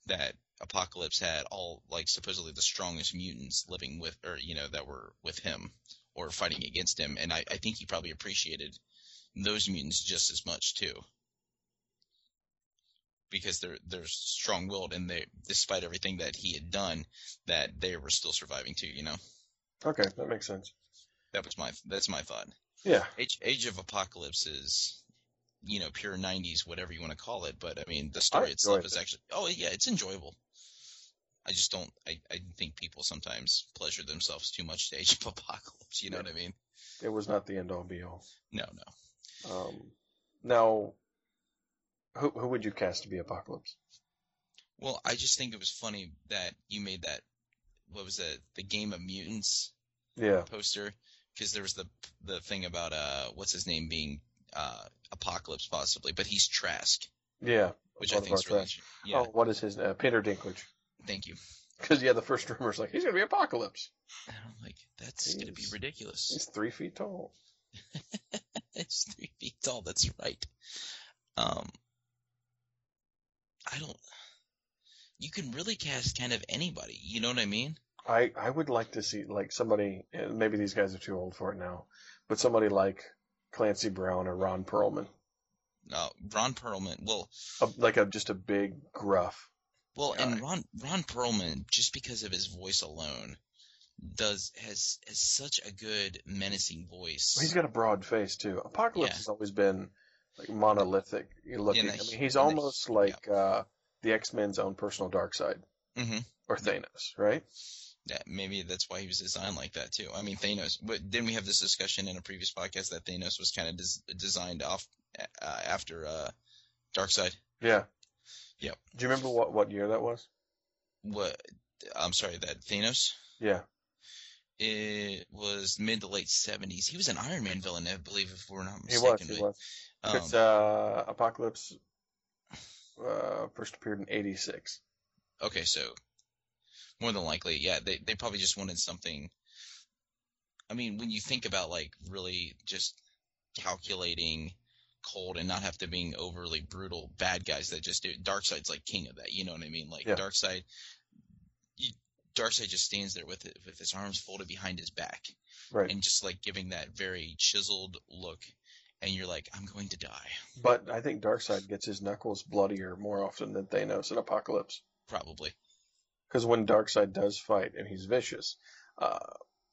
S2: that Apocalypse had all like supposedly the strongest mutants living with, or you know, that were with him or fighting against him. And I, I think he probably appreciated those mutants just as much too. Because they're they're strong willed and they despite everything that he had done, that they were still surviving too, you know?
S1: Okay, that makes sense.
S2: That was my that's my thought.
S1: Yeah.
S2: Age, Age of Apocalypse is, you know, pure '90s, whatever you want to call it. But I mean, the story itself
S1: enjoyed
S2: is
S1: it.
S2: actually, oh yeah, it's enjoyable. I just don't. I, I think people sometimes pleasure themselves too much to Age of Apocalypse. You know
S1: Yeah.
S2: what I mean?
S1: It was not the end all be all.
S2: No, no.
S1: Um, now, who who would you cast to be Apocalypse?
S2: Well, I just think it was funny that you made that. What was that? The Game of Mutants
S1: Yeah,
S2: poster because there was the the thing about uh what's his name being uh Apocalypse possibly, but he's Trask,
S1: yeah.
S2: which I
S1: What
S2: think is
S1: about
S2: really
S1: Trask?
S2: interesting. yeah.
S1: Oh, what is his name? Peter Dinklage.
S2: Thank you.
S1: Because yeah, the first rumor's like he's gonna be Apocalypse.
S2: And I'm like, that's gonna be
S1: Jeez.
S2: ridiculous.
S1: He's three feet tall.
S2: It's three feet tall. That's right. Um, I don't. You can really cast kind of anybody. You know what I mean?
S1: I I would like to see like somebody. and Maybe these guys are too old for it now, but somebody like Clancy Brown or Ron Perlman,
S2: Uh, Ron Perlman. Well,
S1: a, like a just a big gruff.
S2: well,
S1: Yeah.
S2: and Ron Ron Perlman, just because of his voice alone, does has has such a good menacing voice.
S1: He's got a broad face too. Apocalypse
S2: Yeah.
S1: has always been like monolithic looking.
S2: Yeah,
S1: I
S2: and
S1: mean,
S2: that-
S1: he's
S2: and that-
S1: almost like uh, the X Men's own personal dark side.
S2: hmm
S1: or Thanos, right?
S2: That maybe that's why he was designed like that too. I mean Thanos, but didn't we have this discussion in a previous podcast that Thanos was kind of des- designed off uh, after uh, Darkseid?
S1: Yeah.
S2: Yep.
S1: Do you remember what what year that was?
S2: what I'm sorry, that Thanos.
S1: Yeah.
S2: It was mid to late seventies. He was an Iron Man villain, I believe, if we're not
S1: He
S2: mistaken.
S1: was. He
S2: but,
S1: was.
S2: um,
S1: Because uh, Apocalypse uh, first appeared in '86.
S2: okay, so more than likely, yeah, they they probably just wanted something. I mean, when you think about like really just calculating, cold, and not have to being overly brutal bad guys that just do Darkseid's like king of that. You know what I mean? Like
S1: Yeah.
S2: Darkseid, you, Darkseid just stands there with it, with his arms folded behind his back.
S1: Right.
S2: and just like giving that very chiseled look and you're like i'm going to die
S1: but I think Darkseid gets his knuckles bloodier more often than Thanos in Apocalypse.
S2: probably
S1: Because when Darkseid does fight and he's vicious, uh,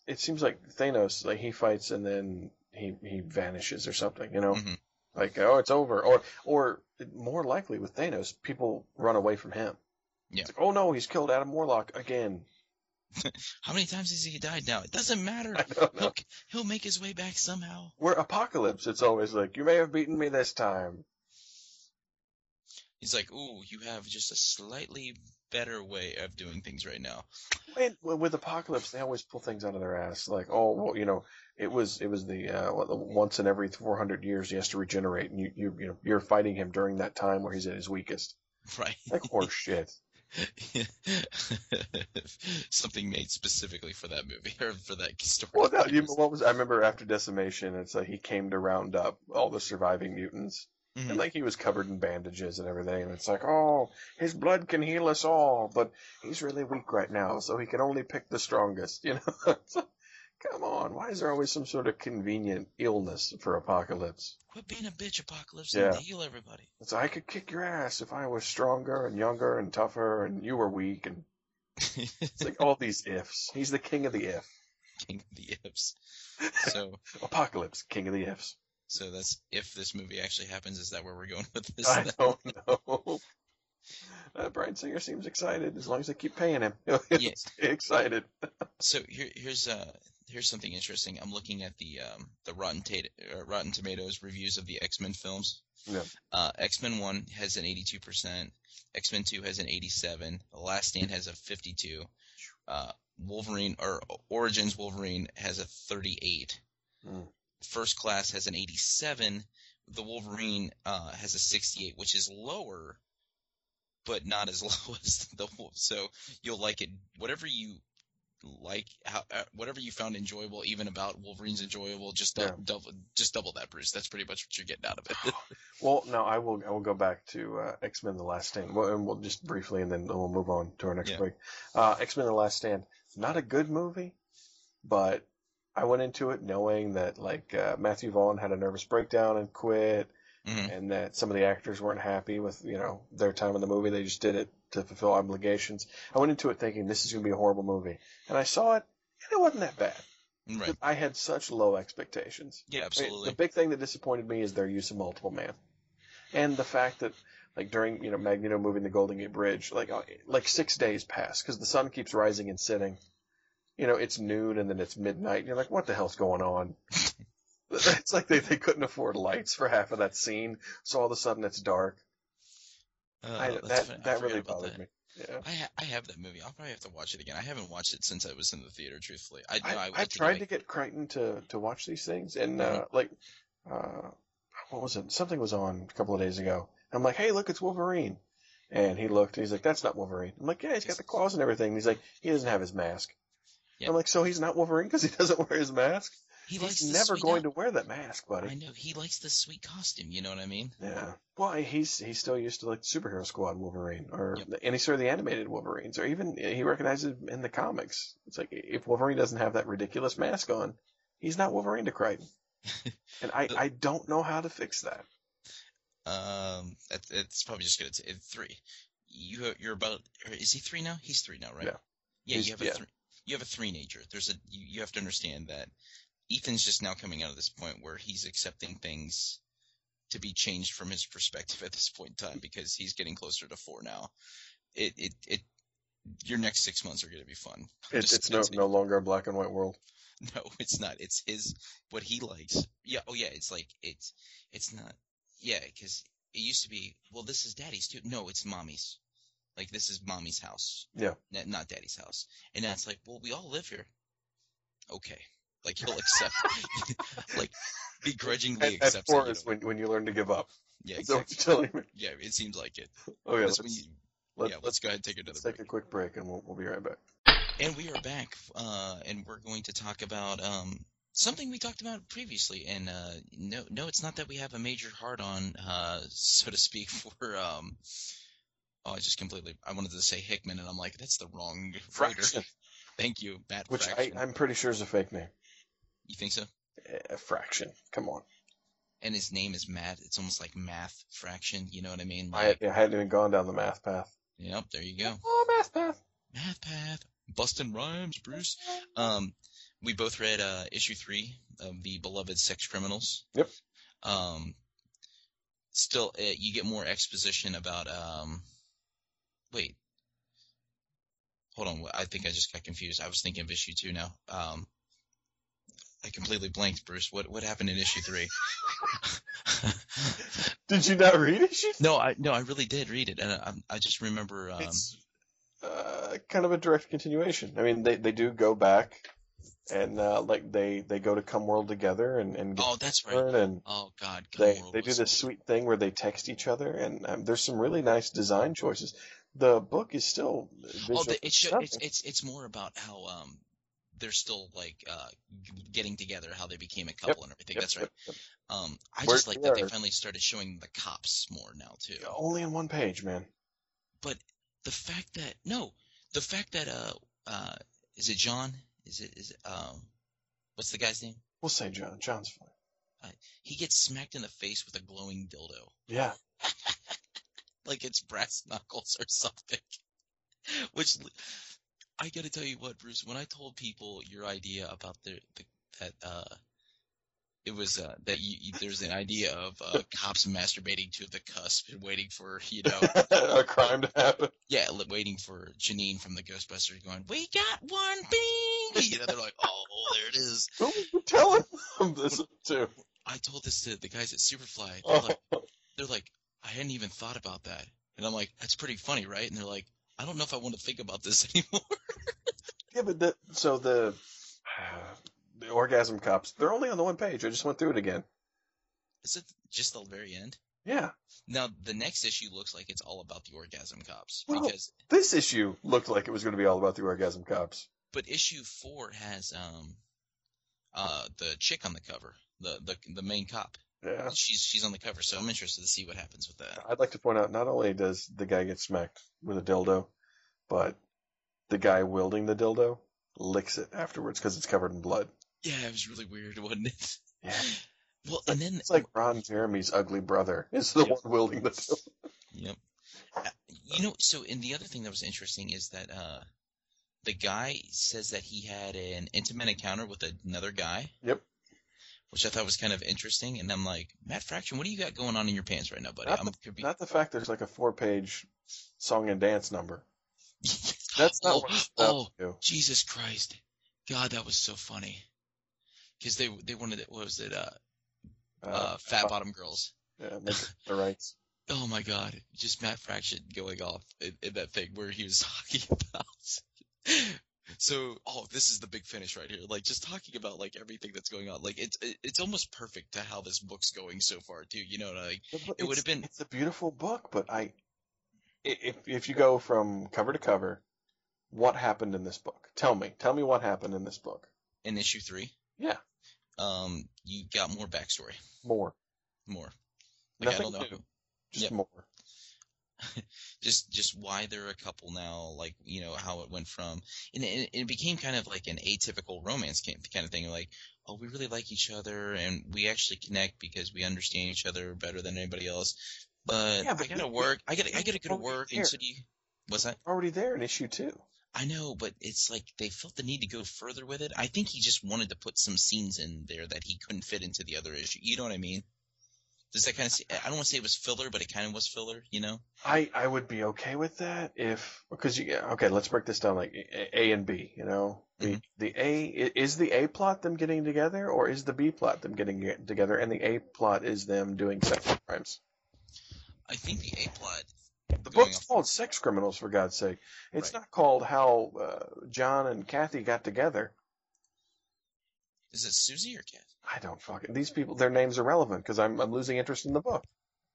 S1: it seems like Thanos like he fights and then he he vanishes or something. You know.
S2: Mhm.
S1: Like oh it's over or or more likely with Thanos people run away from him.
S2: Yeah.
S1: It's like oh no he's killed Adam Warlock again.
S2: how many times has he died now it doesn't matter
S1: I don't know.
S2: he'll, he'll make his way back somehow
S1: We're apocalypse. It's always like, you may have beaten me this time.
S2: he's like ooh you have just a slightly better way of doing things right now
S1: And with apocalypse, they always pull things out of their ass. Like, oh, well, you know, it was it was the uh, what, the once in every 400 years he has to regenerate, and you you you know you're fighting him during that time where he's at his weakest.
S2: right
S1: Like horse shit.
S2: something made specifically for that movie or for that story
S1: Well, no, you, what was I remember after decimation? It's like he came to round up all the surviving mutants,
S2: Mhm.
S1: and like he was covered in bandages and everything. And it's like, oh, his blood can heal us all, but he's really weak right now, so he can only pick the strongest. You know, It's like, come on, why is there always some sort of convenient illness for Apocalypse?
S2: quit being a bitch apocalypse and
S1: Yeah.
S2: heal everybody
S1: It's like, I could kick your ass if I was stronger and younger and tougher, and you were weak and It's like all these ifs. He's the king of the if.
S2: King of the ifs. So,
S1: Apocalypse, king of the ifs.
S2: so that's if this movie actually happens. Is that where we're going with this?
S1: I don't know. Uh, Brian Singer seems excited as long as they keep paying him. He'll
S2: Yeah.
S1: stay excited.
S2: So here, here's uh here's something interesting. I'm looking at the um the Rotten Tata- uh, Rotten Tomatoes reviews of the X Men films.
S1: Yeah.
S2: Uh, X Men One has an 82 percent. X Men Two has an 87. The Last Stand has a 52. Uh, Wolverine or Origins Wolverine has a 38.
S1: Hmm.
S2: First Class has an 87. The Wolverine uh, has a 68, which is lower, but not as low as the Wolf. So you'll like it. Whatever you like how, uh, whatever you found enjoyable, even about Wolverine's enjoyable, just dou-
S1: Yeah.
S2: double, just double that, Bruce. That's pretty much what you're getting out of it.
S1: Well, no, I will. I will go back to uh, X Men: The Last Stand. Well, and we'll just briefly, and then we'll move on to our next
S2: Yeah.
S1: break. Uh, X Men: The Last Stand. Not a good movie, but I went into it knowing that like uh, Matthew Vaughn had a nervous breakdown and quit,
S2: Mhm.
S1: and that some of the actors weren't happy with you know their time in the movie. They just did it to fulfill obligations. I went into it thinking this is going to be a horrible movie, and I saw it, and it wasn't that bad.
S2: right?
S1: I had such low expectations.
S2: Yeah,
S1: I mean,
S2: absolutely.
S1: The big thing that disappointed me is their use of multiple man, and the fact that like during you know Magneto moving the Golden Gate Bridge, like uh, like six days pass because the sun keeps rising and setting. You know, it's noon and then it's midnight. And you're like, what the hell's going on? it's like they, they couldn't afford lights for half of that scene, so all of a sudden it's dark.
S2: Uh,
S1: I,
S2: that's
S1: that
S2: fin- I
S1: that
S2: forgot
S1: really
S2: about
S1: bothered
S2: that.
S1: me. Yeah.
S2: I ha- I have that movie. I'll probably have to watch it again. I haven't watched it since I was in the theater. Truthfully, I
S1: I,
S2: no, I,
S1: I,
S2: I think
S1: tried
S2: I-
S1: to get Crichton to, to watch these things, and uh,
S2: Mm-hmm.
S1: like, uh, what was it? Something was on a couple of days ago. I'm like, hey, look, it's Wolverine. And he looked, and he's like, that's not Wolverine. I'm like, yeah, he's got the claws and everything. And he's like, he doesn't have his mask.
S2: Yeah.
S1: I'm like, so he's not Wolverine because he doesn't wear his mask?
S2: He likes
S1: he's
S2: the
S1: never
S2: sweet
S1: going
S2: out-
S1: to wear that mask,
S2: I
S1: buddy.
S2: know he likes the sweet costume. You know what I mean?
S1: Yeah. Why? He's he's still used to like superhero squad Wolverine or
S2: Yep.
S1: any sort of the animated Wolverines or even he recognizes him in the comics. It's like if Wolverine doesn't have that ridiculous mask on, he's not Wolverine to Crichton. and I, I don't know how to fix that.
S2: Um, that, it's probably just gonna take three. You ha- you're about is he three now? He's three now, right?
S1: Yeah.
S2: Yeah,
S1: He's-
S2: you have a
S1: yeah.
S2: three. You have a three nature. There's a you, you have to understand that Ethan's just now coming out of this point where he's accepting things to be changed from his perspective at this point in time because he's getting closer to four now. It it it your next six months are gonna be fun. I'm
S1: It,
S2: just
S1: it's no
S2: gonna say-
S1: no longer a black and white world.
S2: no, it's not. It's his what he likes. Yeah. Oh yeah. It's like it's it's not. Yeah, because it used to be. Well, this is daddy's too. No, it's mommy's. Like this is mommy's house.
S1: Yeah.
S2: N- not daddy's house. And that's like, well, we all live here. Okay. Like he'll accept. like
S1: At,
S2: begrudgingly
S1: at
S2: accepts.
S1: four
S2: it, you
S1: is
S2: know.
S1: when, when you learn to give up.
S2: yeah.
S1: Is that
S2: Exactly.
S1: what you're telling me?
S2: Yeah. It seems like it.
S1: Oh yeah,
S2: That's
S1: let's,
S2: when you-
S1: let,
S2: yeah.
S1: let's,
S2: Let's go ahead and take another
S1: let's
S2: break.
S1: take a quick break and we'll, we'll be right back.
S2: And we are back, uh, and we're going to talk about um, something we talked about previously. And uh, no, no, it's not that we have a major hard on, uh, so to speak, for. Um, oh, I just completely. I wanted to say Hickman, and I'm like, that's the wrong writer.
S1: Fraction,
S2: Thank you, Matt
S1: which I,
S2: Fraction.
S1: I'm pretty sure is a fake name.
S2: You think so?
S1: A fraction. Come on.
S2: And his name is Matt. It's almost like math fraction. You know what I mean?
S1: I,
S2: Like,
S1: I hadn't even gone down the math path.
S2: Yep, there you go.
S1: Oh, math path.
S2: Math path, busting rhymes, Bruce. Um, we both read uh, issue three of the beloved Sex Criminals.
S1: Yep.
S2: Um, still, uh, you get more exposition about. Um, wait, hold on. I think I just got confused. I was thinking of issue two now. Um, I completely blanked, Bruce. What what happened in issue three?
S1: Did you not read it? She-
S2: no, I no, I really did read it, and I, I just remember. Um,
S1: it's uh, kind of a direct continuation. I mean, they, they do go back, and uh, like they, they go to Come World together and and get
S2: oh, that's right.
S1: turned and
S2: Oh God,
S1: Uh, they
S2: Gilmore
S1: they do
S2: was-
S1: this sweet thing where they text each other, and um, there's some really nice design choices. The book is still visual.
S2: Oh, the, it's, sho- it's
S1: stunning.
S2: it's it's more about how um they're still like uh g- getting together, how they became a couple and everything.
S1: Yep,
S2: That's right.
S1: yep, yep.
S2: Um, I
S1: Where
S2: just like
S1: they
S2: that they
S1: are.
S2: finally started showing the cops more now too.
S1: Only in one page, man.
S2: The fact that no, the fact that uh uh is it John? Is it is it, um what's the guy's name?
S1: We'll say John. John's fine.
S2: He gets smacked in the face with a glowing dildo,
S1: Yeah,
S2: like it's brass knuckles or something. Which I gotta tell you what, Bruce. When I told people your idea about the, the that uh, it was uh, that you, you there's an idea of uh, cops masturbating to the cusp and waiting for you know
S1: a crime to happen.
S2: yeah li- waiting for Janine from the Ghostbusters going we got one bing you know they're like oh there it is
S1: Who was you telling them this to?
S2: I told this to the guys at Superfly they're
S1: Oh,
S2: like, they're like I hadn't even thought about that and I'm like that's pretty funny right and they're like I don't know if I want to think about this anymore
S1: yeah, but the, so the the orgasm cops, they're only on the one page. I just went through it again.
S2: is it just the very end
S1: Yeah,
S2: Now the next issue looks like it's all about the orgasm cops
S1: Well-
S2: because
S1: this issue looked like it was going to be all about the orgasm cops.
S2: but issue four has um uh the chick on the cover the the the main cop
S1: Yeah,
S2: she's she's on the cover so I'm interested to see what happens with that
S1: I'd like to point out not only does the guy get smacked with a dildo, but the guy wielding the dildo licks it afterwards because it's covered in blood.
S2: yeah it was really weird wasn't it
S1: Yeah,
S2: well and then
S1: it's like Ron Jeremy's ugly brother is the
S2: Yeah.
S1: one wielding the dildo.
S2: yep Uh, you know so and the other thing that was interesting is that uh the guy says that he had an intimate encounter with another guy
S1: Yep.
S2: which I thought was kind of interesting and I'm like Matt Fraction what do you got going on in your pants right now buddy
S1: Not
S2: I'm
S1: the-
S2: could be
S1: Not the fact there's like a four-page song and dance number.
S2: That's
S1: That's not
S2: oh,
S1: what it's
S2: oh,
S1: about, too.
S2: Jesus Christ. God, that was so funny. Because they they wanted it, what was it? Uh,
S1: Uh,
S2: uh, Fat Bottom Girls.
S1: Yeah, make it the rights.
S2: Oh my God, just Matt Fraction going off in, in that thing where he was talking about. so, oh, this is the big finish right here. Like just talking about like everything that's going on. Like it's it, it's almost perfect to how this book's going so far too. You know, like
S1: It
S2: would've been-
S1: It's a beautiful book, but I, i- if if you go from cover to cover, what happened in this book? Tell me, tell me what happened in this book.
S2: in issue three.
S1: Yeah.
S2: Um, you got more backstory,
S1: More,
S2: more. Like I
S1: Nothing
S2: don't know.
S1: new. just
S2: Yep.
S1: more.
S2: just just why they're a couple now, like you know how it went from, and it, it became kind of like an atypical romance ca- kind of thing. Like, oh, we really like each other, and we actually connect because we understand each other better than anybody else. But,
S1: Yeah, but
S2: I gotta
S1: you-
S2: work. I gotta I gotta go to
S1: already
S2: work.
S1: there.
S2: And so do you. What's that?
S1: Already there in issue two.
S2: I know, but it's like they felt the need to go further with it. I think he just wanted to put some scenes in there that he couldn't fit into the other issue. You know what I mean? Does that kind of? I don't want to say it was filler, but it kind of was filler. You know?
S1: I I would be okay with that if because you yeah, okay. Let's break this down like A A and B. You know, the the A i- is the A plot them getting together, or is the B plot them getting ge- together, and the A plot is them doing sex crimes.
S2: I think the A plot.
S1: The
S2: going
S1: book's
S2: off-
S1: called Sex Criminals, for God's sake. It's
S2: Right.
S1: not called How uh, John and Kathy Got Together.
S2: Is it Susie or Kath?
S1: I don't fucking. These people, their names are relevant because I'm, I'm losing interest in the book.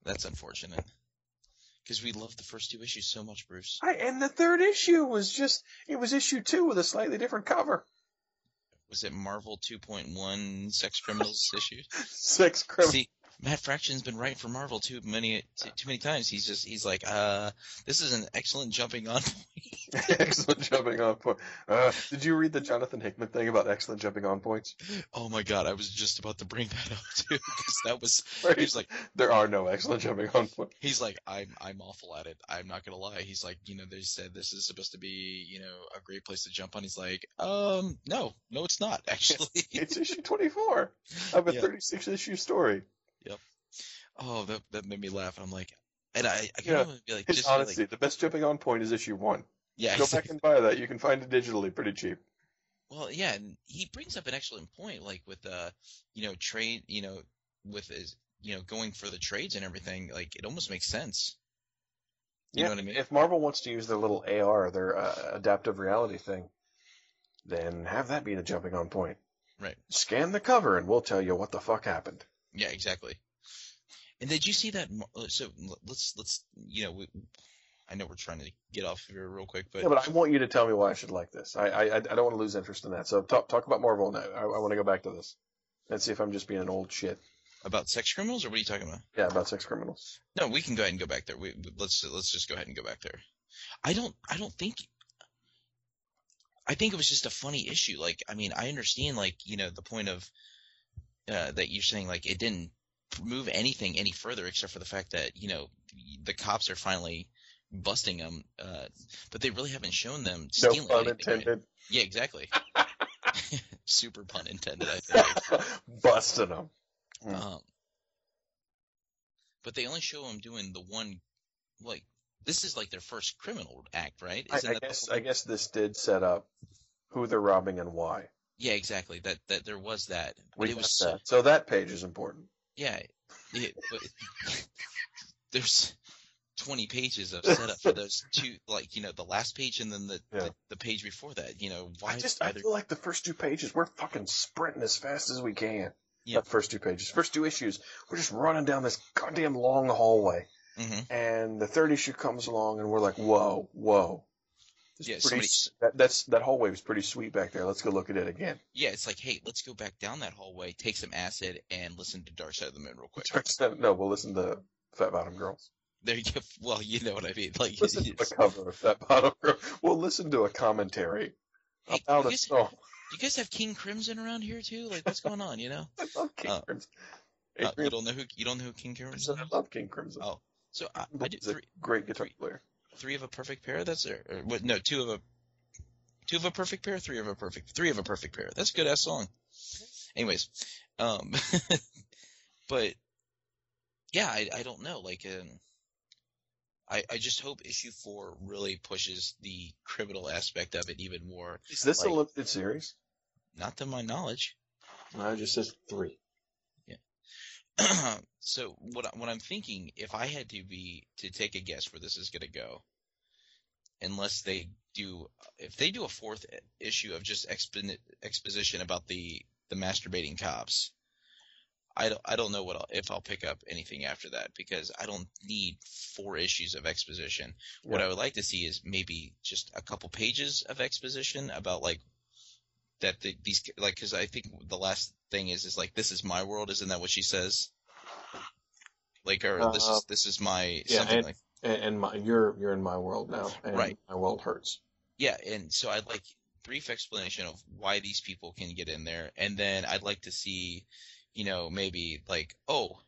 S2: That's unfortunate. Because we loved the first two issues so much, Bruce.
S1: I, and the third issue was just. It was issue two with a slightly different cover.
S2: Was it Marvel 2.1 Sex Criminals issue?
S1: Sex Criminals.
S2: See, Matt Fraction's been right for Marvel too many too, too many times. He's just he's like, uh, this is an excellent jumping on.
S1: excellent jumping on point. Uh, did you read the Jonathan Hickman thing about excellent jumping on points?
S2: Oh my god, I was just about to bring that up too, because that was
S1: Where
S2: he was like
S1: there are no excellent jumping on points.
S2: he's like I'm I'm awful at it. I'm not gonna lie. He's like you know they said this is supposed to be you know a great place to jump on. He's like um no no it's not actually.
S1: It's issue 24 of a
S2: Yeah.
S1: 36 issue story.
S2: Oh, that that made me laugh. I'm like, and I, I
S1: Yeah.
S2: can't even be like,
S1: His
S2: just
S1: honesty,
S2: like,
S1: the best jumping on point is issue one.
S2: yeah,
S1: Go
S2: it's like-
S1: back and buy that. You can find it digitally, pretty cheap.
S2: well, yeah. And he brings up an excellent point, like with uh, you know, trade, you know, with his, you know, going for the trades and everything. Like, it almost makes sense. You know what I mean?
S1: If Marvel wants to use their little AR, their uh, adaptive reality thing, then have that be the jumping on point.
S2: Right.
S1: Scan the cover, and we'll tell you what the fuck happened.
S2: Yeah, exactly. And did you see that? mo- uh, So l- let's let's you know, we, I know we're trying to get off here real quick, but
S1: yeah, but I want you to tell me why I should like this. I I, I I don't want to lose interest in that. So talk talk about Marvel now. I, I want to go back to this and see if I'm just being an old shit.
S2: about sex criminals, or what are you talking about?
S1: Yeah, about sex criminals.
S2: No, we can go ahead and go back there. We, we- let's let's just go ahead and go back there. I don't I don't think I think it was just a funny issue. Like I mean, I understand like you know the point of uh, that you're saying like it didn't move anything any further except for the fact that you know the cops are finally busting them, uh, but they really haven't shown them
S1: No
S2: stealing
S1: pun
S2: anything, right?
S1: intended.
S2: Yeah, exactly. Super pun intended, I think.
S1: Busting them. Mm.
S2: Um, but they only show him doing the one, like this is like their first criminal act, right?
S1: I,
S2: Isn't
S1: I
S2: that the
S1: guess.
S2: whole-
S1: I guess this did set up who they're robbing and why.
S2: yeah, exactly. That that there was that. But
S1: We
S2: it
S1: got
S2: was so-
S1: that. So that page is important.
S2: yeah, it, but there's twenty pages of setup for those two, like you know the last page and then the
S1: Yeah.
S2: the, the page before that. You know why?
S1: I just.
S2: why
S1: I
S2: they're-
S1: feel like the first two pages. We're fucking sprinting as fast as we can.
S2: Yeah.
S1: Not first two pages. First two issues. We're just running down this goddamn long hallway.
S2: Mhm.
S1: And the third issue comes along, and we're like, whoa, whoa. This
S2: Yeah,
S1: is
S2: somebody-
S1: pretty, s- that, that's that hallway was pretty sweet back there. Let's go look at it again.
S2: yeah, it's like hey, let's go back down that hallway, take some acid, and listen to Dark Side of the Moon real quick.
S1: No, we'll listen to Fat Bottom Girls.
S2: There you go. Well, you know what I mean. Like
S1: listen to the cover of that bottle girl. We'll listen to a commentary
S2: Hey,
S1: about
S2: you
S1: a
S2: guys-
S1: song.
S2: Do you guys have King Crimson around here too? Like, what's going on? You know,
S1: I love King
S2: uh,
S1: Crimson.
S2: Uh, you
S1: Adrian
S2: don't know who you don't know who King Crimson
S1: Peterson,
S2: is.
S1: I love King Crimson.
S2: Oh, So I, I do
S1: He's a
S2: three,
S1: great guitar player.
S2: three of a perfect pair. That's or, or what? No, two of a two of a perfect pair, three of a perfect, three of a perfect pair. That's a good ass song. Anyways, um, but yeah, I, I don't know. Like, um, I I just hope issue four really pushes the criminal aspect of it even more.
S1: Is this a
S2: like-
S1: limited series?
S2: Not to my knowledge.
S1: No, it just says three.
S2: so what I- what I'm thinking, if I had to be to take a guess where this is going to go, unless they do, if they do a fourth issue of just expo- exposition about the the masturbating cops, I don't I don't know what I'll, if I'll pick up anything after that because I don't need four issues of exposition. What
S1: Yeah.
S2: I would like to see is maybe just a couple pages of exposition about like that the, these like because I think the last thing is is like this is my world, isn't that what she says? Like or this
S1: Uh,
S2: is this is my
S1: yeah,
S2: something
S1: and-
S2: like
S1: And, and my, you're you're in my world now, and
S2: Right.
S1: my world hurts.
S2: yeah, and so I'd like brief explanation of why these people can get in there, and then I'd like to see, you know, maybe like oh,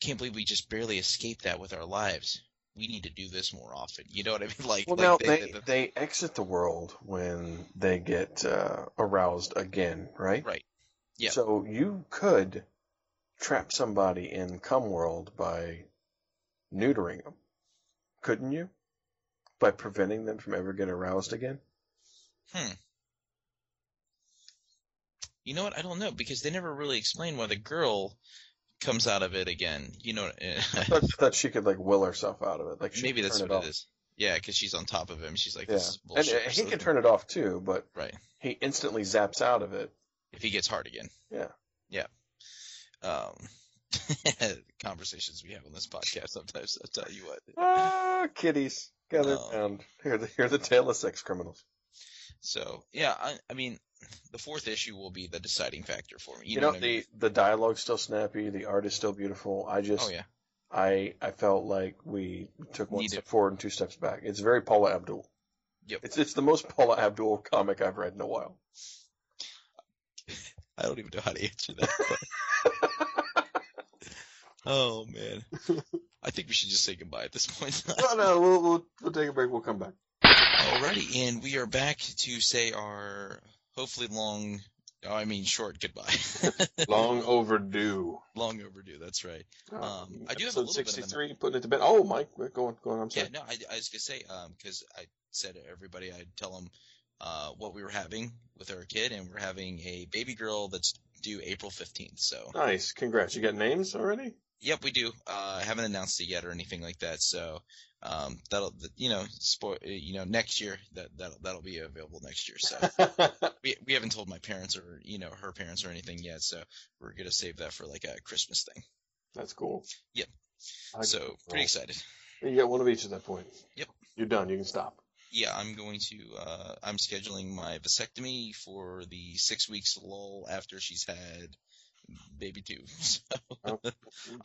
S2: can't believe we just barely escaped that with our lives. We need to do this more often. You know what I mean? Like,
S1: Well,
S2: like
S1: now they, they, exit the world when they get uh, aroused again, right?
S2: Right. Yeah.
S1: So you could trap somebody in cum world by neutering them, couldn't you? By preventing them from ever getting aroused again.
S2: you know what? I don't know because they never really explain why the girl comes out of it again. You know, eh,
S1: I thought, I thought she could like will herself out of it. Like she
S2: maybe
S1: could
S2: that's
S1: turn
S2: what
S1: it off.
S2: it is. Yeah, because she's on top of him. She's like,
S1: Yeah,
S2: this is
S1: and
S2: bullshit.
S1: uh, he
S2: So
S1: can turn it off too, but
S2: Right.
S1: he instantly zaps out of it.
S2: if he gets hard again.
S1: Yeah.
S2: Yeah. Um, conversations we have on this podcast sometimes. I'll tell you what.
S1: Ah, kitties, gather
S2: No.
S1: round. Hear the hear the tale of sex criminals.
S2: So yeah, I, I mean, the fourth issue will be the deciding factor for me. You,
S1: you know,
S2: what I
S1: the
S2: mean?
S1: the dialogue's still snappy, the art is still beautiful. I just
S2: oh yeah,
S1: I I felt like we took one
S2: Need
S1: step
S2: it.
S1: forward and two steps back. It's very Paula Abdul.
S2: Yep.
S1: It's it's the most Paula Abdul comic I've read in a while.
S2: I don't even know how to answer that. oh man, I think we should just say goodbye at this point.
S1: no, no, we'll, we'll we'll take a break. We'll come back.
S2: Alrighty, and we are back to say our hopefully long, oh, I mean short goodbye.
S1: Long overdue.
S2: long overdue. That's right. Um, I do have
S1: Episode
S2: a little bit of an-
S1: 63, putting it to bed. Oh, Mike, go on, go on. I'm
S2: Yeah,
S1: sorry.
S2: no, I, I was gonna say because I said to everybody I'd tell them uh, what we were having with our kid, and we're having a baby girl that's due April fifteenth. So,
S1: Nice, congrats. You got names already?
S2: yep, we do. Uh, I haven't announced it yet or anything like that. So, um, that'll you know, spoil, you know, next year that that'll that'll be available next year. So. we we haven't told my parents or you know her parents or anything yet, so we're gonna save that for like a Christmas thing.
S1: That's cool.
S2: Yep.
S1: I-
S2: so pretty excited.
S1: You got one of each at that point.
S2: Yep.
S1: You're done. You can stop.
S2: Yeah, I'm going to. Uh, I'm scheduling my vasectomy for the six weeks lull after she's had baby two. So, I'll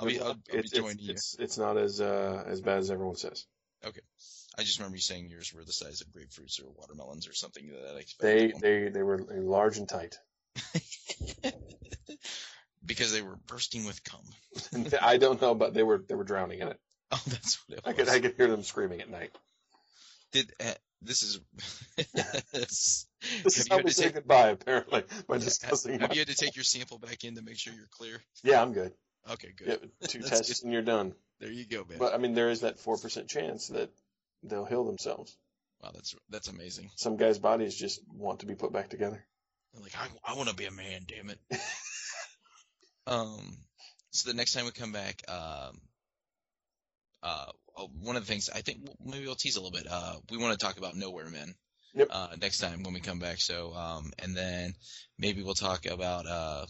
S2: be- I'll- I'll
S1: It's-
S2: be
S1: it's-
S2: joining you.
S1: It's, it's not as uh, as bad as everyone says.
S2: I just remember you saying yours were the size of grapefruits or watermelons or something that I
S1: They
S2: expected.
S1: they they were large and tight.
S2: because they were bursting with cum.
S1: I don't know, but they were they were drowning in it.
S2: Oh, that's what it was.
S1: I could I could hear them screaming at night.
S2: Did uh, this is this,
S1: This is
S2: Have you
S1: how
S2: had
S1: we
S2: to
S1: say
S2: take-
S1: goodbye, apparently, by discussing.
S2: have
S1: my-
S2: you had to take your sample back in to make sure you're clear?
S1: Yeah, I'm good.
S2: Okay, good.
S1: Yeah, two
S2: That's
S1: tests and you're done.
S2: There you go, man.
S1: But I mean, there is that four percent chance that they'll heal themselves.
S2: wow, that's that's amazing.
S1: Some guys' bodies just want to be put back together.
S2: I'm like I, I want to be a man, damn it. um, so the next time we come back, um, uh, oh, one of the things I think maybe we'll tease a little bit. Uh, we want to talk about nowhere men.
S1: Yep.
S2: Uh, next time when we come back, so um, and then maybe we'll talk about uh.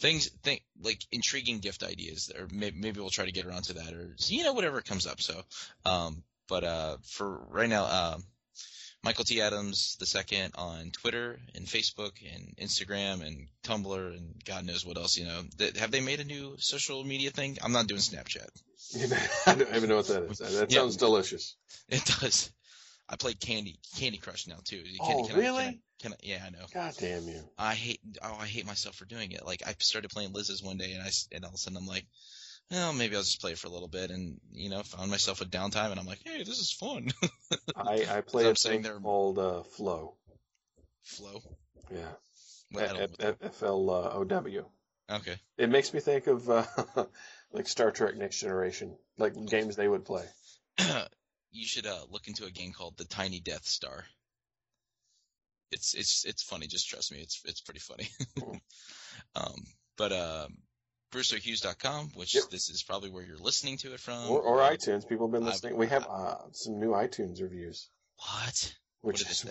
S2: Things think like intriguing gift ideas, or maybe, maybe we'll try to get around to that, or you know whatever comes up. So, um, but uh, for right now, um, Michael T. Adams the second on Twitter and Facebook and Instagram and Tumblr and God knows what else. You know, Th- have they made a new social media thing? I'm not doing Snapchat.
S1: I don't even know what that is. That
S2: Yeah.
S1: sounds delicious.
S2: It does. I play Candy Candy Crush now too. You
S1: Oh,
S2: I- I,
S1: really?
S2: can I, yeah, I know.
S1: God damn you!
S2: I hate. Oh, I hate myself for doing it. Like I started playing Liz's one day, and I s- and all of a sudden I'm like, well, maybe I'll just play it for a little bit, and you know, found myself with downtime, and I'm like, hey, this is fun.
S1: I, I play a
S2: I'm sitting
S1: thing
S2: there-
S1: called uh, Flow.
S2: Flow.
S1: Yeah,
S2: Well,
S1: Uh,
S2: I don't-
S1: F L uh, O W.
S2: okay.
S1: It makes me think of uh, like Star Trek Next Generation, like games they would play.
S2: you should uh, look into a game called The Tiny Death Star. It's it's it's funny. Just trust me. It's it's pretty funny.
S1: Cool.
S2: um, but um, BrewsterHughes.com, which
S1: Yep.
S2: this is probably where you're listening to it from,
S1: or, or iTunes. People have been
S2: I've-
S1: listening. we have uh, some new iTunes reviews,
S2: What?
S1: which
S2: What did
S1: is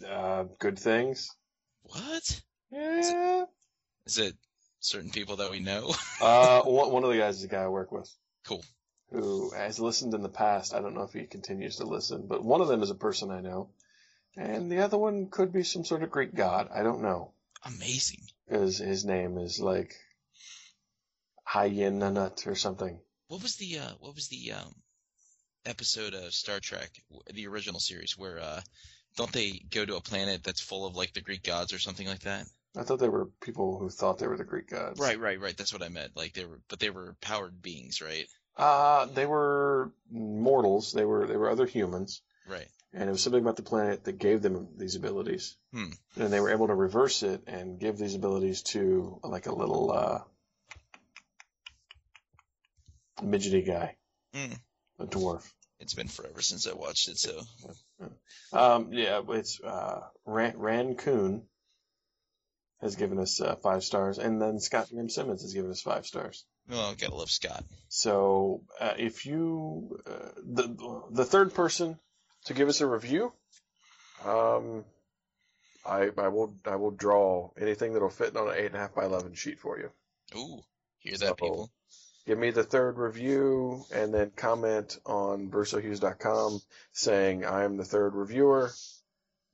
S2: it
S1: I, uh, good things.
S2: What?
S1: Yeah.
S2: Is it certain people that we know?
S1: Uh, one, one of the guys is a guy I work with.
S2: Cool.
S1: Who has listened in the past. I don't know if he continues to listen, but one of them is a person I know, and the other one could be some sort of Greek god. I don't know.
S2: Amazing.
S1: because his name is like Hyenanut or something.
S2: What was the uh, what was the um, episode of Star Trek, w- the original series, where uh, don't they go to a planet that's full of like the Greek gods or something like that?
S1: I thought they were people who thought they were the Greek gods.
S2: Right, right, right. That's what I meant. Like they were, but they were powered beings, right?
S1: Uh, they were mortals. They were they were other humans,
S2: Right.
S1: and it was something about the planet that gave them these abilities.
S2: Hmm.
S1: And they were able to reverse it and give these abilities to like a little uh, midgety guy,
S2: Hmm.
S1: a dwarf.
S2: It's been forever since I watched it, so
S1: Um, yeah, it's uh, Ran- Rancoon has given us uh, five stars, and then Scott Graham Simmons has given us five stars.
S2: oh, gotta love Scott.
S1: So uh, if you uh, the the third person to give us a review, um, I I will I will draw anything that'll fit on an eight and a half by eleven sheet for you.
S2: Ooh, hear that,
S1: So-
S2: people?
S1: Give me the third review and then comment on BursoHughes.com saying I'm the third reviewer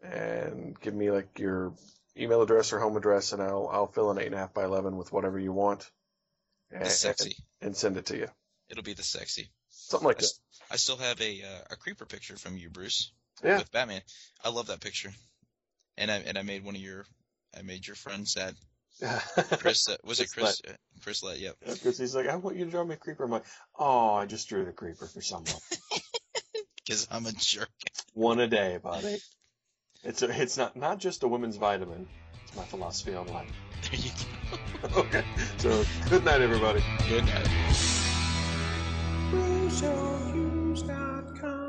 S1: and give me like your email address or home address and I'll I'll fill an eight and a half by eleven with whatever you want and,
S2: It's sexy.
S1: and send it to you.
S2: It'll be the sexy.
S1: Something like
S2: I,
S1: that.
S2: s- I still have a uh, a creeper picture from you, Bruce.
S1: Yeah.
S2: With Batman, I love that picture, and I and I made one of your, I made your friend sad. Chris, uh, was it
S1: Chris
S2: Chris? Uh, Chris Lett, yep.
S1: Because he's like, I want you to draw me a creeper. I'm like, oh, I just drew the creeper for someone.
S2: Because I'm a jerk.
S1: One a day, buddy. It's a, it's not not just a woman's vitamin. It's my philosophy on life.
S2: There you
S1: okay. So good night, everybody.
S2: go. Good night.
S3: BrewsterHughes.com.